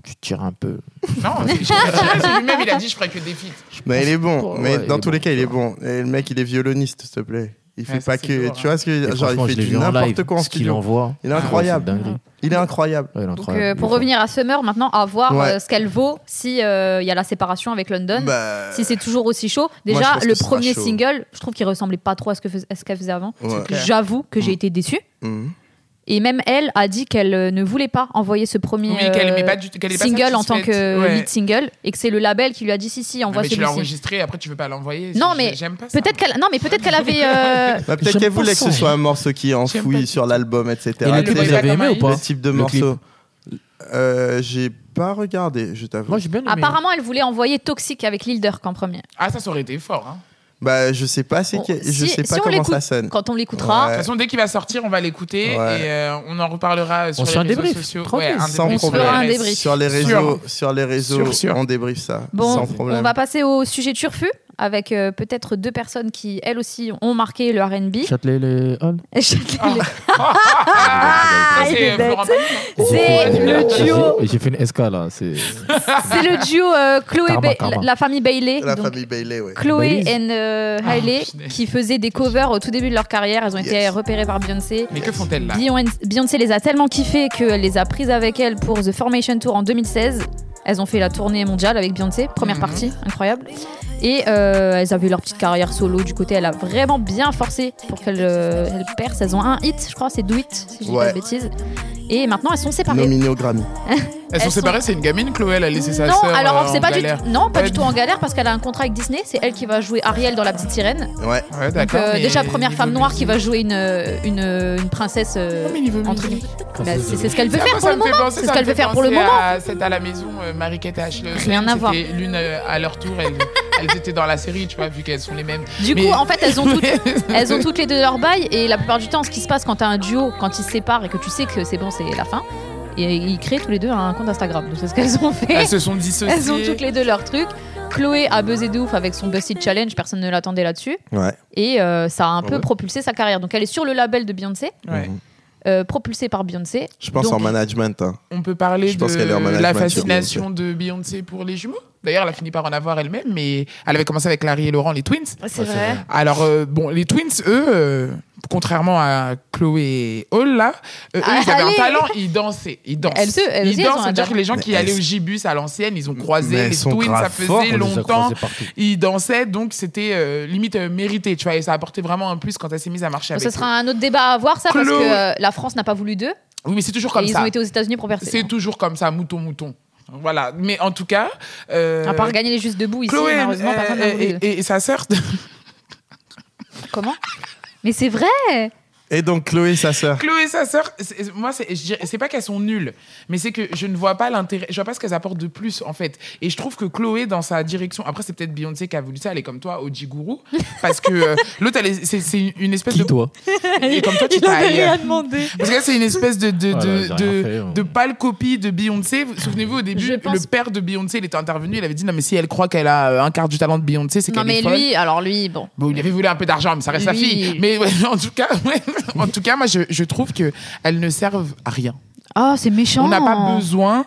Speaker 3: Tu tires un peu.
Speaker 2: Non, c'est- c'est lui-même, il a dit, je ferai que des feats.
Speaker 4: Mais il est bon.
Speaker 3: Ouais,
Speaker 4: mais
Speaker 3: il
Speaker 4: dans
Speaker 3: est
Speaker 4: tous
Speaker 3: bon,
Speaker 4: les cas, il
Speaker 3: tu
Speaker 4: est bon. Et le mec, il est violoniste, s'il te plaît. Il fait
Speaker 2: Ouais, ça,
Speaker 4: pas
Speaker 2: c'est
Speaker 4: que.
Speaker 2: lourd,
Speaker 4: tu vois ce que.
Speaker 3: Et
Speaker 4: Genre,
Speaker 3: franchement,
Speaker 4: il
Speaker 3: je
Speaker 4: fait
Speaker 3: l'ai
Speaker 4: du
Speaker 3: vu en
Speaker 4: n'importe
Speaker 3: live.
Speaker 4: quoi en
Speaker 3: ce qu'il
Speaker 4: studio.
Speaker 3: envoie. Ah,
Speaker 4: Il est incroyable.
Speaker 3: Ouais, c'est dingue.
Speaker 4: Il est incroyable.
Speaker 3: Ouais, il est
Speaker 1: Donc,
Speaker 3: incroyable.
Speaker 1: euh, pour revenir à Summer maintenant, à voir
Speaker 4: Ouais.
Speaker 1: euh, ce qu'elle vaut si euh, il y a la séparation avec London.
Speaker 4: Bah,
Speaker 1: si c'est toujours aussi chaud.
Speaker 4: je
Speaker 1: Déjà,
Speaker 4: pense que
Speaker 1: le
Speaker 4: ce sera
Speaker 1: premier
Speaker 4: chaud.
Speaker 1: single, je trouve qu'il ressemblait pas trop à ce que fais- à ce qu'elle faisait avant.
Speaker 4: Ouais.
Speaker 2: C'est clair.
Speaker 1: J'avoue que j'ai
Speaker 4: Mm.
Speaker 1: été déçue.
Speaker 4: Mhm.
Speaker 1: Et même elle a dit qu'elle euh, ne voulait pas envoyer ce premier
Speaker 2: Oui, qu'elle
Speaker 1: euh,
Speaker 2: aimait pas du tout. qu'elle est pas
Speaker 1: single en tant
Speaker 2: satisfaite.
Speaker 1: que
Speaker 2: Ouais.
Speaker 1: lead single et que c'est le label qui lui a dit si si
Speaker 2: Ah,
Speaker 1: envoie
Speaker 2: mais tu l'as
Speaker 1: celui-ci.
Speaker 2: enregistré, après tu veux pas l'envoyer.
Speaker 1: Non,
Speaker 2: Je-
Speaker 1: mais
Speaker 2: j'aime pas ça.
Speaker 1: Peut-être qu'elle non mais peut-être qu'elle
Speaker 2: [LAUGHS]
Speaker 1: avait euh,
Speaker 4: Bah, Peut-être
Speaker 3: J'aime
Speaker 4: qu'elle
Speaker 3: pas
Speaker 4: voulait que
Speaker 3: ça,
Speaker 4: ce
Speaker 3: hein.
Speaker 4: soit un morceau qui est
Speaker 2: J'aime
Speaker 4: enfoui
Speaker 2: pas
Speaker 4: sur l'album, etc.
Speaker 3: Et le
Speaker 2: Elle
Speaker 4: Tu
Speaker 3: clip,
Speaker 2: voyait
Speaker 4: sais,
Speaker 3: vous
Speaker 2: pas
Speaker 3: avez
Speaker 2: comme
Speaker 3: aimé
Speaker 2: un
Speaker 3: ou pas
Speaker 4: le type de
Speaker 3: Le
Speaker 4: morceau. Euh, J'ai pas regardé, je t'avoue.
Speaker 3: Moi, j'ai bien aimé.
Speaker 1: apparemment elle voulait envoyer Toxic avec Lil Durk en premier.
Speaker 2: Ah, ça, ça aurait été fort. hein.
Speaker 4: Bah, je sais pas, c'est
Speaker 1: Bon,
Speaker 4: que- je
Speaker 1: si- si
Speaker 4: sais pas
Speaker 1: on
Speaker 4: comment
Speaker 1: l'écoute-
Speaker 4: ça sonne.
Speaker 1: Quand on l'écoutera,
Speaker 2: De
Speaker 4: Ouais.
Speaker 2: toute façon, dès qu'il va sortir, on va l'écouter
Speaker 4: Ouais.
Speaker 2: et euh, on en reparlera sur
Speaker 3: se
Speaker 2: les
Speaker 3: fait un
Speaker 2: réseaux
Speaker 3: débrief,
Speaker 2: sociaux.
Speaker 3: tranquille.
Speaker 4: Sans
Speaker 2: débrief sur
Speaker 4: problème.
Speaker 2: les
Speaker 1: Un
Speaker 2: réseaux.
Speaker 1: débrief.
Speaker 4: Sur les
Speaker 2: Sûr.
Speaker 4: réseaux, sur les réseaux,
Speaker 2: Sûr, sûr.
Speaker 4: on débriefe ça.
Speaker 1: Bon,
Speaker 4: sans problème.
Speaker 1: on va passer au sujet turfu avec euh, peut-être deux personnes qui elles aussi ont marqué le R&B.
Speaker 3: Châtelet, les Halles.
Speaker 1: [LAUGHS] Châtelet-
Speaker 2: Ça,
Speaker 1: Ah, il
Speaker 2: c'est
Speaker 1: est
Speaker 2: euh,
Speaker 1: bête.
Speaker 2: Florent Pagny.
Speaker 1: C'est le duo,
Speaker 3: J'ai j'ai fait une SK là. C'est
Speaker 2: Ah.
Speaker 1: c'est le duo euh, Chloé,
Speaker 3: Karma,
Speaker 1: Ba-
Speaker 3: karma.
Speaker 1: la famille Bailey,
Speaker 4: La
Speaker 1: donc
Speaker 4: famille Bailey, ouais.
Speaker 1: Chloé
Speaker 3: Baileys.
Speaker 1: and euh,
Speaker 2: Ah,
Speaker 1: Hailey,
Speaker 2: punaise.
Speaker 1: qui faisaient des covers au tout début de leur carrière. Elles ont été
Speaker 4: Yes.
Speaker 1: repérées par Beyoncé.
Speaker 2: Mais que font-elles là
Speaker 1: Beyon- Beyoncé les a tellement kiffées qu'elle les a prises avec elle pour The Formation Tour en 2016. Elles ont fait la tournée mondiale avec Beyoncé, première
Speaker 2: Mhm.
Speaker 1: partie, incroyable. Et euh, elles avaient leur petite carrière solo du côté. Elle a vraiment bien forcé pour qu'elles euh, elles percent. Elles ont un hit, je crois, c'est Do It, si je dis
Speaker 4: Ouais.
Speaker 1: pas de bêtises. Et maintenant, elles sont séparées.
Speaker 4: Nominé au Grammy.
Speaker 2: Elles sont
Speaker 1: Elles
Speaker 2: séparées, c'est une gamine, Chloé, elle a laissé sa
Speaker 1: non,
Speaker 2: sœur. euh,
Speaker 1: alors
Speaker 2: en
Speaker 1: c'est pas du
Speaker 2: galère.
Speaker 1: tout, non, pas
Speaker 2: Ouais.
Speaker 1: du tout en galère parce qu'elle a un contrat avec Disney. C'est elle qui va jouer Ariel dans La Petite Sirène.
Speaker 4: Ouais.
Speaker 2: Ouais,
Speaker 1: Donc,
Speaker 2: d'accord.
Speaker 1: euh,
Speaker 2: mais
Speaker 1: déjà première
Speaker 2: niveau
Speaker 1: femme noire
Speaker 2: musique.
Speaker 1: qui va jouer une une, une princesse euh,
Speaker 2: Mais niveau
Speaker 1: entre
Speaker 2: musique.
Speaker 1: Bah, c'est c'est ce qu'elle veut
Speaker 2: Ça,
Speaker 1: faire
Speaker 2: Ah, moi,
Speaker 1: pour
Speaker 2: ça
Speaker 1: le
Speaker 2: me fait
Speaker 1: moment.
Speaker 2: penser-
Speaker 1: C'est
Speaker 2: ça
Speaker 1: ce qu'elle
Speaker 2: me
Speaker 1: veut
Speaker 2: fait
Speaker 1: faire pour le
Speaker 2: penser
Speaker 1: moment.
Speaker 2: à Celle à la maison, euh, Mariquette et Ashley.
Speaker 1: Rien à voir.
Speaker 2: L'une euh, à leur tour,
Speaker 1: [LAUGHS]
Speaker 2: elles, elles étaient dans la série, tu vois, vu qu'elles sont les mêmes.
Speaker 1: Du
Speaker 2: Mais-
Speaker 1: coup, en fait, elles ont toutes,
Speaker 2: [LAUGHS]
Speaker 1: elles ont toutes les deux leur bail. Et la plupart du temps, ce qui se passe quand t'as un duo, quand ils se séparent et que tu sais que c'est bon, c'est la fin, et ils créent tous les deux un compte Instagram. Donc, C'est ce qu'elles ont fait.
Speaker 2: Elles se sont dissociées.
Speaker 1: [LAUGHS] Elles ont toutes les deux leur truc. Chloé a buzzé de ouf avec son Busted Challenge, personne ne l'attendait là-dessus.
Speaker 4: Ouais.
Speaker 2: Ah
Speaker 1: Et euh, ça a un peu
Speaker 4: Ouais. Mhm.
Speaker 1: propulsé sa carrière. Donc elle est sur le label de Beyoncé.
Speaker 2: Ouais.
Speaker 1: euh, propulsée par Beyoncé.
Speaker 4: Je pense
Speaker 1: Donc,
Speaker 4: en management. hein.
Speaker 2: On peut parler
Speaker 4: Je pense qu'elle est en
Speaker 2: de
Speaker 4: management
Speaker 2: la
Speaker 4: sur
Speaker 2: fascination de Beyoncé pour les jumeaux. D'ailleurs, elle a fini par en avoir elle-même, mais elle avait commencé avec Larry et Laurent, les twins.
Speaker 1: C'est
Speaker 3: Ouais, c'est
Speaker 1: vrai.
Speaker 3: vrai.
Speaker 2: Alors, euh, bon, les twins, eux, euh, contrairement à Chloé et Hall, là, euh, eux, ils avaient
Speaker 1: Allez
Speaker 2: un talent, ils dansaient. Ils dansent.
Speaker 1: Elles, eux, elles
Speaker 2: ils
Speaker 1: aussi, elles ont
Speaker 2: dansent,
Speaker 1: un
Speaker 2: c'est-à-dire
Speaker 1: talent.
Speaker 2: que les gens qui
Speaker 4: Mais
Speaker 2: allaient
Speaker 4: elles-
Speaker 2: au Gibus à l'ancienne, ils ont croisé
Speaker 4: Mais elles
Speaker 2: les
Speaker 4: sont
Speaker 2: twins, ça
Speaker 4: grave
Speaker 2: faisait
Speaker 4: fortes, on les a
Speaker 3: On Oh, les a
Speaker 2: longtemps.
Speaker 3: croisés partout.
Speaker 2: Ils dansaient, donc c'était euh, limite euh, mérité, tu vois, et ça apportait vraiment un plus quand elle s'est mise à marcher
Speaker 1: Ce
Speaker 2: avec
Speaker 1: sera un autre débat à voir, ça, parce
Speaker 2: Chloé.
Speaker 1: que euh, la France n'a pas voulu d'eux.
Speaker 2: eux. Oui, mais c'est toujours
Speaker 1: et
Speaker 2: comme
Speaker 1: ils ont
Speaker 2: ça.
Speaker 1: été aux États-Unis pour percer.
Speaker 2: C'est toujours comme ça, mouton, mouton. Voilà, mais en tout cas... euh,
Speaker 1: À part gagner les justes debout ici,
Speaker 2: Chloé
Speaker 1: malheureusement,
Speaker 2: euh,
Speaker 1: personne n'a voulu
Speaker 2: et,
Speaker 1: d'eux.
Speaker 2: et- et sa sœur,
Speaker 1: Comment Mais c'est vrai
Speaker 4: Et donc, Chloé, sa
Speaker 2: [LAUGHS]
Speaker 4: sœur.
Speaker 2: Chloé et sa sœur, c'est- moi, c'est- je dirais- c'est pas qu'elles sont nulles, mais c'est que je ne vois pas l'intérêt, je vois pas ce qu'elles apportent de plus, en fait. Et je trouve que Chloé, dans sa direction, après, c'est peut-être Beyoncé qui a voulu ça, elle est comme toi, au Jiguru, parce que euh, [LAUGHS] l'autre, elle est- c'est c'est une espèce de.
Speaker 3: Qui toi
Speaker 2: Et comme toi,
Speaker 1: [LAUGHS]
Speaker 2: tu
Speaker 1: Il avait
Speaker 2: t'as ailleurs.
Speaker 1: rien demandé.
Speaker 2: Parce que là, c'est une espèce de, de,
Speaker 3: Voilà,
Speaker 2: de,
Speaker 3: ils ont
Speaker 2: de-
Speaker 3: rien fait, hein.
Speaker 2: de pâle copie de Beyoncé. Vous- Souvenez-vous, au
Speaker 1: Je
Speaker 2: début,
Speaker 1: pense-
Speaker 2: le père de Beyoncé, il était intervenu, il avait dit Non, mais si elle croit qu'elle a euh, un quart du talent de Beyoncé, c'est
Speaker 1: Non,
Speaker 2: qu'elle
Speaker 1: mais
Speaker 2: est folle.
Speaker 1: lui, alors lui, bon.
Speaker 2: Bon, il avait voulu un peu d'argent, mais ça reste sa
Speaker 1: Lui.
Speaker 2: fille. Mais ouais, [LAUGHS] en tout cas, ouais, en tout cas, moi, je, je trouve que elles ne servent à rien.
Speaker 1: Ah, c'est méchant.
Speaker 2: On n'a pas besoin.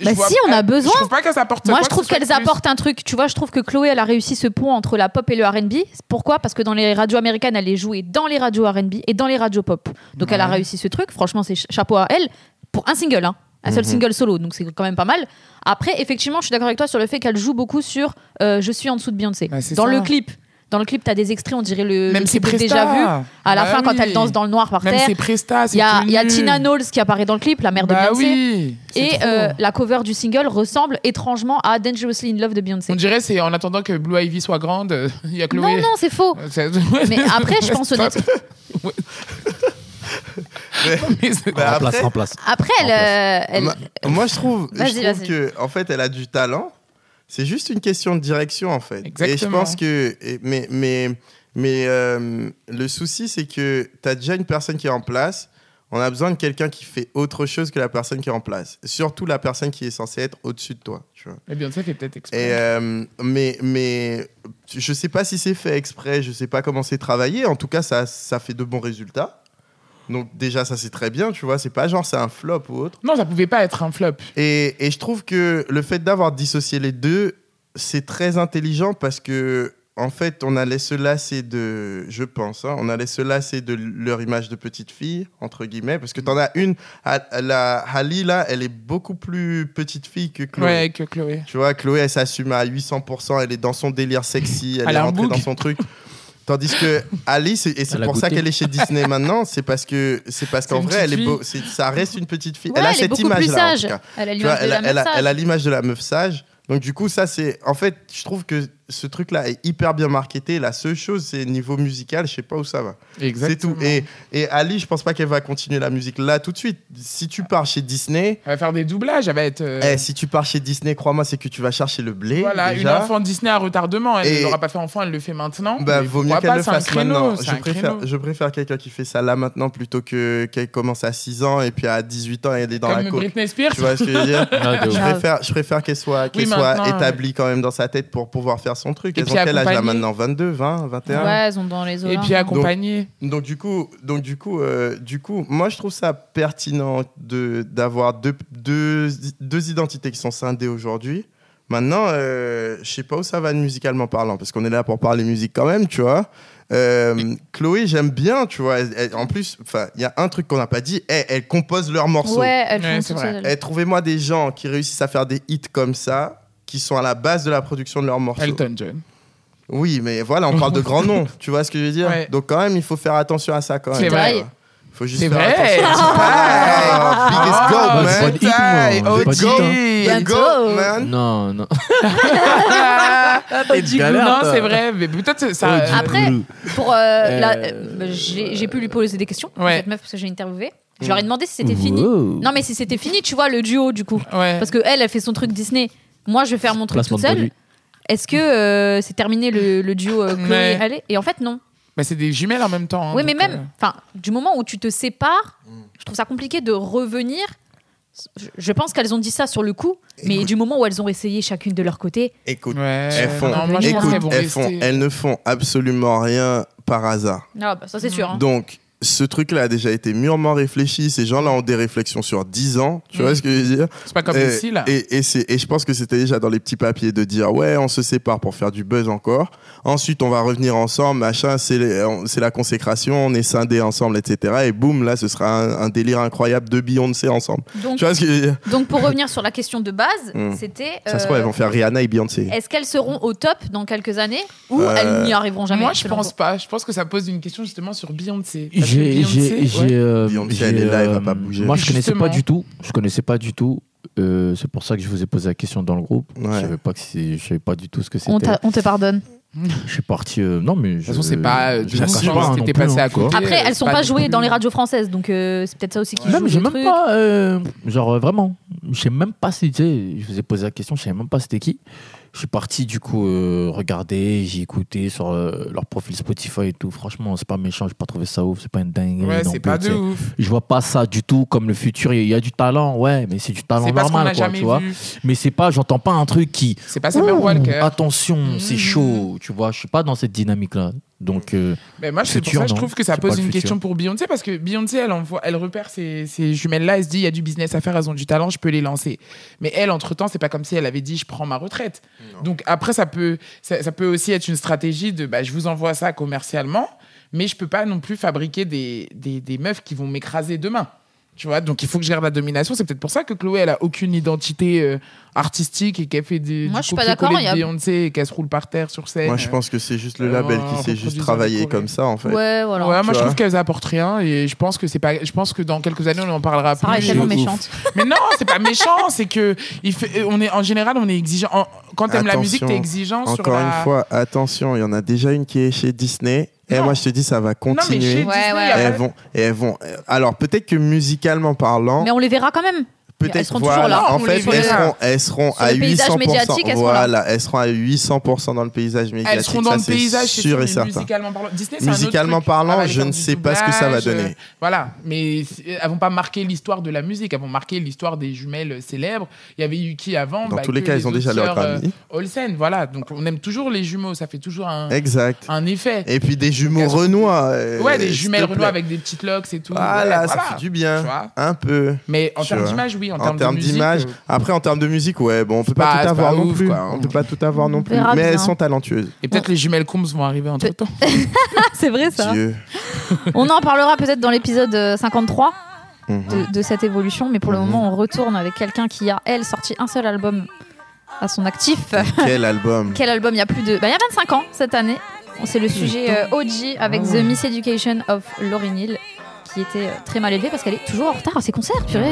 Speaker 2: Je
Speaker 1: Bah
Speaker 2: vois
Speaker 1: si, on a
Speaker 2: pas-
Speaker 1: besoin.
Speaker 2: Je trouve pas qu'elles apportent.
Speaker 1: Moi,
Speaker 2: quoi
Speaker 1: je
Speaker 2: que
Speaker 1: trouve
Speaker 2: ce soit
Speaker 1: qu'elles
Speaker 2: de plus.
Speaker 1: apportent un truc. Tu vois, je trouve que Chloé, elle a réussi ce pont entre la pop et le RB. Pourquoi Parce que dans les radios américaines, elle est jouée dans les radios RB et dans les radios pop. Donc, elle a réussi ce truc. Franchement, c'est ch- chapeau à elle pour un single. hein. Un
Speaker 2: Mhm.
Speaker 1: seul single solo, donc c'est quand même pas mal. Après, effectivement, je suis d'accord avec toi sur le fait qu'elle joue beaucoup sur euh, Je suis en dessous de Beyoncé.
Speaker 2: Bah, c'est
Speaker 1: dans
Speaker 2: ça.
Speaker 1: le clip, dans le clip, t'as des extraits, on dirait le,
Speaker 2: Même
Speaker 1: le
Speaker 2: ses
Speaker 1: clip de
Speaker 2: prestats.
Speaker 1: déjà vu. À la
Speaker 2: Bah
Speaker 1: fin, quand
Speaker 2: oui.
Speaker 1: elle danse dans le noir par
Speaker 2: Même
Speaker 1: terre,
Speaker 2: ses prestats,
Speaker 1: il y a,
Speaker 2: c'est
Speaker 1: il y a
Speaker 2: tout nul.
Speaker 1: Tina Knowles qui apparaît dans le clip, la mère de
Speaker 2: Bah
Speaker 1: Beyoncé.
Speaker 2: oui. c'est
Speaker 1: Et
Speaker 2: trop.
Speaker 1: euh, la cover du single ressemble étrangement à Dangerously in Love de Beyoncé.
Speaker 2: on dirait c'est en attendant que Blue Ivy soit grande, euh, [LAUGHS] il y a
Speaker 1: Non,
Speaker 2: Chloé. Euh,
Speaker 1: non, c'est faux.
Speaker 2: C'est- [LAUGHS]
Speaker 1: Mais après, je pense honnêtement.
Speaker 2: [LAUGHS] Mais c'est-
Speaker 4: Bah,
Speaker 3: en place,
Speaker 4: après-
Speaker 3: en
Speaker 4: [LAUGHS]
Speaker 3: place.
Speaker 1: Après, elle. euh, elle-
Speaker 4: Ma- moi, je trouve, je
Speaker 1: Vas-y,
Speaker 4: trouve
Speaker 1: vas-y.
Speaker 4: que, en fait, elle a du talent. C'est juste une question de direction, en fait. Et je
Speaker 2: Exactement.
Speaker 4: pense que. et- mais mais, mais euh, le souci, c'est que tu as déjà une personne qui est en place. On a besoin de quelqu'un qui fait autre chose que la personne qui est en place. Surtout la personne qui est censée être au-dessus de toi. Tu vois.
Speaker 2: Mais Beyoncé fait peut-être
Speaker 4: Et,
Speaker 2: exprès.
Speaker 4: euh, mais, mais je sais pas si c'est fait exprès, je sais pas comment c'est travaillé. En tout cas, ça, ça fait de bons résultats. Donc, déjà, ça c'est très bien, tu vois. C'est pas genre c'est un flop ou autre.
Speaker 2: Non, ça pouvait pas être un flop.
Speaker 4: Et, et je trouve que le fait d'avoir dissocié les deux, c'est très intelligent parce que, en fait, on allait se lasser de, je pense, hein, on allait se lasser de leur image de petite fille, entre guillemets, parce que t'en as une, Ha- la Hali, là, elle est beaucoup plus petite fille que Chloé.
Speaker 2: Ouais, que Chloé.
Speaker 4: Tu vois, Chloé, elle s'assume à 800%, elle est dans son délire sexy, elle,
Speaker 2: Elle
Speaker 4: est
Speaker 2: a un
Speaker 4: rentrée
Speaker 2: bouc.
Speaker 4: dans son truc. Tandis que Alice, et c'est
Speaker 3: Elle a
Speaker 4: pour ça
Speaker 3: goûté.
Speaker 4: qu'elle est chez Disney maintenant, c'est parce que c'est parce qu'en
Speaker 2: une
Speaker 4: vrai, elle
Speaker 2: petite
Speaker 4: est beau, c'est- ça reste une petite fille.
Speaker 1: Ouais,
Speaker 4: elle a
Speaker 1: elle est
Speaker 4: cette
Speaker 1: beaucoup plus
Speaker 4: image-là. en tout
Speaker 1: sage.
Speaker 4: cas.
Speaker 1: Elle a
Speaker 4: Tu vois,
Speaker 1: l'image de
Speaker 4: elle,
Speaker 1: la
Speaker 4: a-
Speaker 1: meuf
Speaker 4: elle a- elle
Speaker 1: sage.
Speaker 4: a l'image de la meuf sage. Donc du coup, ça c'est... En fait, je trouve que ce truc-là est hyper bien marketé. La seule chose, c'est niveau musical, je sais pas où ça va. C'est tout. Et, et Ali, je pense pas qu'elle va continuer la musique là tout de suite. Si tu pars chez Disney...
Speaker 2: Elle va faire des doublages, elle va être. euh,
Speaker 4: eh, si tu pars chez Disney, crois-moi, c'est que tu vas chercher le blé.
Speaker 2: Voilà,
Speaker 4: déjà.
Speaker 2: une enfant Disney à retardement. Elle
Speaker 4: Et-
Speaker 2: ne l'aura pas fait enfant, elle le fait maintenant.
Speaker 4: Bah,
Speaker 2: Mais
Speaker 4: vaut mieux
Speaker 2: pourquoi
Speaker 4: qu'elle
Speaker 2: pas,
Speaker 4: le
Speaker 2: c'est un
Speaker 4: fasse
Speaker 2: créneau,
Speaker 4: maintenant.
Speaker 2: c'est
Speaker 4: Je
Speaker 2: un
Speaker 4: préfère,
Speaker 2: créneau.
Speaker 4: je préfère quelqu'un qui fait ça là maintenant plutôt que qu'elle commence à 6 ans et puis à 18 ans elle est dans
Speaker 2: Comme
Speaker 4: la cour.
Speaker 2: Britney Spears.
Speaker 4: Tu vois ce que je
Speaker 2: [LAUGHS]
Speaker 4: veux dire
Speaker 3: Ah, de ouf.
Speaker 4: Je
Speaker 1: Grave.
Speaker 4: préfère, je préfère qu'elle soit, qu'elle
Speaker 2: Oui,
Speaker 4: soit
Speaker 2: maintenant,
Speaker 4: établie quand même dans sa tête pour pouvoir faire son truc.
Speaker 2: Et
Speaker 4: Elles
Speaker 2: puis
Speaker 4: ont quel âge là
Speaker 2: accompagnée.
Speaker 4: maintenant 22, 20, 21
Speaker 1: Ouais, elles ont dans les
Speaker 2: Et
Speaker 1: autres.
Speaker 2: puis accompagner.
Speaker 4: Donc du coup, donc du coup, euh, du coup, moi je trouve ça pertinent de d'avoir deux, deux, deux identités qui sont scindées aujourd'hui. Maintenant, euh, je sais pas où ça va musicalement parlant, parce qu'on est là pour parler musique quand même, tu vois. Euh, Chloé, j'aime bien, tu vois. Elle- elle- en plus, enfin, il y a un truc qu'on n'a pas dit. Elle, elle compose leurs morceaux.
Speaker 1: Ouais, elles
Speaker 2: Ouais,
Speaker 1: font
Speaker 2: c'est
Speaker 1: toutes
Speaker 2: vrai.
Speaker 1: seules.
Speaker 4: Eh, Trouvez-moi des gens qui réussissent à faire des hits comme ça, qui sont à la base de la production de leurs morceaux.
Speaker 2: Elton John.
Speaker 4: Oui, mais voilà, on parle de grands noms, tu vois ce que je veux dire
Speaker 2: Ouais.
Speaker 4: Donc quand même, il faut faire attention à ça quand même.
Speaker 2: C'est
Speaker 1: vrai.
Speaker 4: Il faut juste
Speaker 2: C'est
Speaker 4: faire
Speaker 2: vrai.
Speaker 4: attention.
Speaker 2: [LAUGHS] Ah,
Speaker 4: Big is gold,
Speaker 2: ah,
Speaker 4: man.
Speaker 2: bonne taille,
Speaker 3: Bonne
Speaker 2: OG.
Speaker 3: hit,
Speaker 4: The goat, man.
Speaker 3: Non, non.
Speaker 2: Ah, OG,
Speaker 3: galère,
Speaker 2: Non,
Speaker 3: toi.
Speaker 2: c'est vrai, mais peut-être ça.
Speaker 3: Oh, du
Speaker 1: Après,
Speaker 3: bleu.
Speaker 1: Pour, euh,
Speaker 3: Euh,
Speaker 1: la- euh, j'ai j'ai pu lui poser des questions à
Speaker 2: Ouais.
Speaker 1: cette meuf parce que j'ai interviewé. Je
Speaker 4: Mm.
Speaker 1: leur ai demandé si c'était fini.
Speaker 3: Wow.
Speaker 1: Non, mais si c'était fini, tu vois, le duo du coup.
Speaker 2: Ouais.
Speaker 1: Parce que elle, elle fait son truc Disney. Moi, je vais faire mon truc
Speaker 3: Placement
Speaker 1: toute
Speaker 3: de
Speaker 1: seule.
Speaker 3: produit.
Speaker 1: Est-ce que euh, c'est terminé le, le duo euh, Chloé
Speaker 2: Ouais.
Speaker 1: et Halle Et en fait, non.
Speaker 2: Bah, c'est des jumelles en même temps. hein,
Speaker 1: oui, mais
Speaker 2: donc, euh,
Speaker 1: même, enfin, du moment où tu te sépares, je trouve ça compliqué de revenir. Je- Je pense qu'elles ont dit ça sur le coup, mais
Speaker 4: Écoute.
Speaker 1: du moment où elles ont essayé chacune de leur côté,
Speaker 4: Écoute,
Speaker 2: Ouais.
Speaker 4: elles font,
Speaker 2: Non, moi, je pense
Speaker 4: écoute,
Speaker 2: qu'elles vont
Speaker 4: elles, font-
Speaker 2: rester.
Speaker 4: elles ne font absolument rien par hasard.
Speaker 1: ah bah, ça c'est sûr. hein.
Speaker 4: Donc ce truc-là a déjà été mûrement réfléchi. Ces gens-là ont des réflexions sur 10 ans.
Speaker 2: Mm.
Speaker 4: Tu vois ce que je veux dire
Speaker 2: C'est pas comme
Speaker 4: Euh,
Speaker 2: ici, là.
Speaker 4: Et, et c'est- et je pense que c'était déjà dans les petits papiers de dire ouais, on se sépare pour faire du buzz encore. Ensuite, on va revenir ensemble, machin, c'est les- on- c'est la consécration, on est scindés ensemble, etc. Et boum, là, ce sera un, un délire incroyable de Beyoncé ensemble.
Speaker 1: Donc,
Speaker 4: Tu vois ce que je veux dire
Speaker 1: donc pour revenir sur la question de base,
Speaker 4: Mm.
Speaker 1: c'était.
Speaker 4: Ça se
Speaker 1: euh,
Speaker 4: trouve, elles vont faire Rihanna et Beyoncé.
Speaker 2: Euh,
Speaker 1: Est-ce qu'elles seront au top dans quelques années ou
Speaker 4: Euh,
Speaker 1: elles n'y arriveront jamais
Speaker 2: Moi, je
Speaker 1: selon
Speaker 2: pense
Speaker 1: vous
Speaker 2: pas. Je pense que ça pose une question justement sur Beyoncé. Parce que
Speaker 3: J'ai,
Speaker 2: Beyoncé,
Speaker 3: j'ai,
Speaker 2: ouais.
Speaker 3: j'ai, euh,
Speaker 4: Beyoncé,
Speaker 3: j'ai,
Speaker 4: elle est là, elle va
Speaker 3: euh,
Speaker 4: pas bouger.
Speaker 3: Moi, je connaissais
Speaker 2: Justement.
Speaker 3: pas du tout. Je connaissais pas du tout. Euh, c'est pour ça que je vous ai posé la question dans le groupe.
Speaker 4: Ouais.
Speaker 3: Je savais pas que c'est- je savais pas du tout ce que
Speaker 1: on,
Speaker 3: c'était.
Speaker 1: t'a- on te pardonne.
Speaker 3: Je suis parti. euh, non, mais
Speaker 2: De toute façon, c'est pas, euh, du
Speaker 3: j'en
Speaker 2: coup,
Speaker 3: cache
Speaker 2: je pense que
Speaker 3: non
Speaker 2: t'étais
Speaker 3: plus,
Speaker 2: passé
Speaker 3: hein,
Speaker 2: à
Speaker 3: tu vois.
Speaker 2: côté.
Speaker 1: Après,
Speaker 2: euh,
Speaker 1: elles
Speaker 2: c'est
Speaker 1: sont
Speaker 2: pas
Speaker 1: pas
Speaker 2: du
Speaker 1: jouées
Speaker 2: tout-
Speaker 1: dans les radios françaises, donc euh, c'est peut-être ça
Speaker 2: Ah,
Speaker 1: aussi qui joue
Speaker 3: Même, j'ai
Speaker 1: le
Speaker 3: même
Speaker 1: truc.
Speaker 3: pas. euh, genre, euh, vraiment. Je sais même pas si. Tu sais, je vous ai posé la question, je savais même pas c'était qui. Je suis parti, du coup, euh, regarder, j'ai écouté sur euh, leur profil Spotify et tout. Franchement, c'est pas méchant, j'ai pas trouvé ça ouf, c'est pas une dinguerie.
Speaker 2: Ouais,
Speaker 3: non
Speaker 2: c'est
Speaker 3: plus,
Speaker 2: pas
Speaker 3: tu
Speaker 2: de
Speaker 3: sais.
Speaker 2: ouf.
Speaker 3: Je vois pas ça du tout comme le futur. Il y a du talent, ouais, mais c'est du talent
Speaker 2: C'est pas ce qu'on
Speaker 3: normal,
Speaker 2: a
Speaker 3: quoi,
Speaker 2: jamais
Speaker 3: tu vois.
Speaker 2: vu.
Speaker 3: Mais c'est pas, j'entends pas un truc qui.
Speaker 2: C'est pas Summer
Speaker 3: Ouh,
Speaker 2: Walker.
Speaker 3: attention,
Speaker 2: Hmm.
Speaker 3: c'est chaud, tu vois. Je suis pas dans cette dynamique-là. Donc, euh,
Speaker 2: Mais moi, c'est pour
Speaker 3: Futur,
Speaker 2: ça que je
Speaker 3: non.
Speaker 2: trouve que ça
Speaker 3: C'est pas
Speaker 2: pose
Speaker 3: le
Speaker 2: une
Speaker 3: futur.
Speaker 2: question pour Beyoncé parce que Beyoncé, elle, envoie, elle repère ces, ces jumelles-là, elle se dit il y a du business à faire, elles ont du talent, je peux les lancer. Mais elle, entre-temps, c'est pas comme si elle avait dit je prends ma retraite. Donc après, ça peut, ça, ça peut aussi être une stratégie de bah, je vous envoie ça commercialement, mais je peux pas non plus fabriquer des, des, des meufs qui vont m'écraser demain. Tu vois, donc il faut que je garde la domination. C'est peut-être pour ça que Chloé, elle a aucune identité euh, artistique et qu'elle fait des.
Speaker 1: Moi,
Speaker 2: du
Speaker 1: je suis pas
Speaker 2: copier-coller
Speaker 1: d'accord, il y a-
Speaker 2: de Beyoncé et qu'elle se roule par terre sur scène.
Speaker 4: Moi, je pense que c'est juste le
Speaker 2: euh,
Speaker 4: label
Speaker 2: en
Speaker 4: qui s'est juste
Speaker 2: reproduisant
Speaker 4: travaillé
Speaker 2: des chorés.
Speaker 4: comme ça, en fait.
Speaker 1: Ouais, voilà.
Speaker 2: Ouais, moi
Speaker 4: Tu
Speaker 2: je
Speaker 4: vois.
Speaker 2: trouve qu'elles apportent rien et je pense que c'est pas je pense que dans quelques années on en parlera
Speaker 1: Sarah est
Speaker 2: plus.
Speaker 1: tellement
Speaker 3: ouf.
Speaker 1: méchante.
Speaker 2: Mais non, c'est pas méchant, c'est que il fait- euh, on est en général on est exigeant En- quand t'aimes la
Speaker 4: Attention.
Speaker 2: musique t'es exigeant sur
Speaker 4: Encore
Speaker 2: la
Speaker 4: une fois, attention, il y en a déjà une qui est chez Disney. Et
Speaker 2: Non.
Speaker 4: moi, je te dis, ça va
Speaker 2: Non mais
Speaker 4: continuer.
Speaker 2: chez
Speaker 1: Ouais,
Speaker 2: Disney,
Speaker 1: ouais,
Speaker 2: y a
Speaker 4: Et
Speaker 2: pas-
Speaker 4: elles vont, et elles vont. Alors peut-être que musicalement parlant,
Speaker 1: Mais on les verra quand même.
Speaker 4: peut-être
Speaker 1: elles seront
Speaker 4: voilà,
Speaker 1: toujours là.
Speaker 4: En
Speaker 2: On
Speaker 4: fait,
Speaker 2: les
Speaker 4: elles
Speaker 2: verra.
Speaker 4: seront, elles seront
Speaker 1: Sur
Speaker 4: à
Speaker 1: le paysage
Speaker 4: 800
Speaker 1: médiatique, elles seront là.
Speaker 4: Voilà, elles seront à 800 dans le paysage médiatique.
Speaker 2: elles seront dans
Speaker 4: ça,
Speaker 2: le
Speaker 4: c'est
Speaker 2: paysage c'est
Speaker 4: sûr et
Speaker 2: mais
Speaker 4: certain.
Speaker 2: musicalement parlant. Disney, c'est un autre
Speaker 4: Musicalement
Speaker 2: truc. Elle va
Speaker 4: parlant,
Speaker 2: aller
Speaker 4: je
Speaker 2: faire
Speaker 4: ne
Speaker 2: du
Speaker 4: sais pas ce que ça va
Speaker 2: doublage,
Speaker 4: donner.
Speaker 2: euh, voilà, mais c'est- elles vont pas marquer l'histoire de la musique, elles vont marquer l'histoire des jumelles célèbres. Il y avait eu qui avant
Speaker 4: Dans
Speaker 2: bah,
Speaker 4: tous les
Speaker 2: que
Speaker 4: cas, elles ont
Speaker 2: autres
Speaker 4: déjà leur
Speaker 2: sœurs, euh,
Speaker 4: ami.
Speaker 2: Olsen, voilà. Donc on aime toujours les jumeaux, ça fait toujours un,
Speaker 4: Eh, Exact.
Speaker 2: un effet.
Speaker 4: Et puis des jumeaux
Speaker 2: elles sont-
Speaker 4: renois.
Speaker 2: Ouais,
Speaker 4: Euh,
Speaker 2: des jumelles Renoir avec des petites locks et tout.
Speaker 4: Voilà,
Speaker 2: Ouais,
Speaker 4: ça
Speaker 2: voilà.
Speaker 4: fait du
Speaker 2: Tu
Speaker 4: bien.
Speaker 2: vois
Speaker 4: Un peu.
Speaker 2: Mais en
Speaker 4: Tu
Speaker 2: termes
Speaker 4: vois.
Speaker 2: d'image, oui. En,
Speaker 4: En termes
Speaker 2: musique,
Speaker 4: d'image.
Speaker 2: euh,
Speaker 4: Après, en termes de musique, ouais, bon, on peut
Speaker 2: pas-
Speaker 4: pas
Speaker 2: c'est
Speaker 4: tout avoir
Speaker 2: pas
Speaker 4: non
Speaker 2: ouf,
Speaker 4: plus.
Speaker 2: quoi.
Speaker 4: On peut pas tout avoir non plus.
Speaker 1: verra
Speaker 4: Mais elles
Speaker 1: bien.
Speaker 4: sont talentueuses.
Speaker 2: Et peut-être les jumelles Combs vont arriver entre temps.
Speaker 1: [LAUGHS] c'est vrai ça.
Speaker 4: Dieu.
Speaker 1: On en parlera peut-être dans l'épisode euh, 53
Speaker 4: Mhm.
Speaker 1: de, de cette évolution, mais pour le
Speaker 4: Mhm.
Speaker 1: moment, on retourne avec quelqu'un qui a, elle, sorti un seul album à son actif.
Speaker 4: Quel album.
Speaker 1: Quel album Il y a plus de. bah, il y a 25 ans cette année. C'est le sujet euh, OG avec
Speaker 2: Ah
Speaker 1: The Miseducation of Lauryn Hill, qui était euh, très mal élevée parce qu'elle est toujours en retard à ses concerts, purée.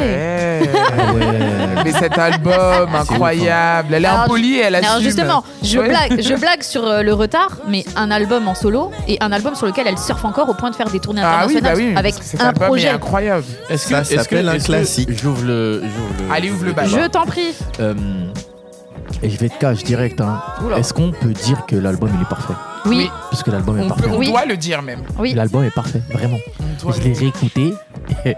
Speaker 2: [LAUGHS] Mais cet
Speaker 4: hein.
Speaker 2: album incroyable. Elle est
Speaker 1: Alors,
Speaker 2: impolie, elle assume.
Speaker 1: Alors justement, je
Speaker 2: Ouais.
Speaker 1: blague,
Speaker 2: [LAUGHS]
Speaker 1: je blague sur euh, le retard, mais un album en solo et un album sur lequel elle surfe encore au point de faire des tournées
Speaker 2: Ah oui, bah
Speaker 1: internationales
Speaker 2: oui.
Speaker 1: avec
Speaker 2: parce que cet
Speaker 1: un
Speaker 2: album est
Speaker 1: projet.
Speaker 2: incroyable.
Speaker 3: [LAUGHS] est-ce
Speaker 4: Ça s'appelle un
Speaker 3: est-ce
Speaker 4: classique.
Speaker 3: J'ouvre le, j'ouvre
Speaker 2: Allez, ouvre le bal.
Speaker 1: Je t'en prie.
Speaker 3: Euh, et je vais être cash direct. hein.
Speaker 2: Oula.
Speaker 3: Est-ce qu'on peut dire que l'album il est parfait
Speaker 1: Oui,
Speaker 3: Parce que l'album est
Speaker 2: On,
Speaker 3: parfait.
Speaker 2: peut- on
Speaker 1: Oui.
Speaker 2: doit le dire même.
Speaker 1: oui.
Speaker 3: L'album est parfait, vraiment.
Speaker 2: On doit
Speaker 3: je
Speaker 2: le
Speaker 3: l'ai
Speaker 2: dire. [LAUGHS]
Speaker 3: réécouté. [LAUGHS]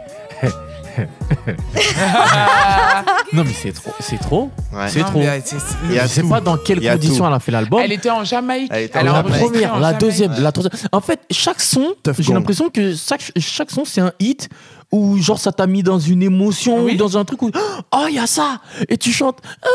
Speaker 3: non mais c'est trop, c'est trop.
Speaker 4: Ouais.
Speaker 3: C'est
Speaker 2: Non,
Speaker 3: trop.
Speaker 2: mais c'est- c'est-
Speaker 4: Il y
Speaker 3: Je
Speaker 4: a
Speaker 3: sais
Speaker 4: tout.
Speaker 3: pas dans quelles
Speaker 4: Il y a
Speaker 3: conditions
Speaker 4: tout.
Speaker 3: elle a fait l'album.
Speaker 2: Elle était en Jamaïque.
Speaker 4: Elle était en
Speaker 2: Elle a
Speaker 3: la
Speaker 4: Jamaïque.
Speaker 2: enregistré
Speaker 3: première,
Speaker 2: en
Speaker 3: la
Speaker 2: Jamaïque.
Speaker 3: deuxième, la troisième. En fait, chaque son,
Speaker 4: Tough
Speaker 3: j'ai
Speaker 4: Gong.
Speaker 3: l'impression que chaque, chaque son, c'est un hit où genre ça t'a mis dans une émotion
Speaker 2: Oui.
Speaker 3: ou dans un truc où oh il y a ça et tu chantes Ah,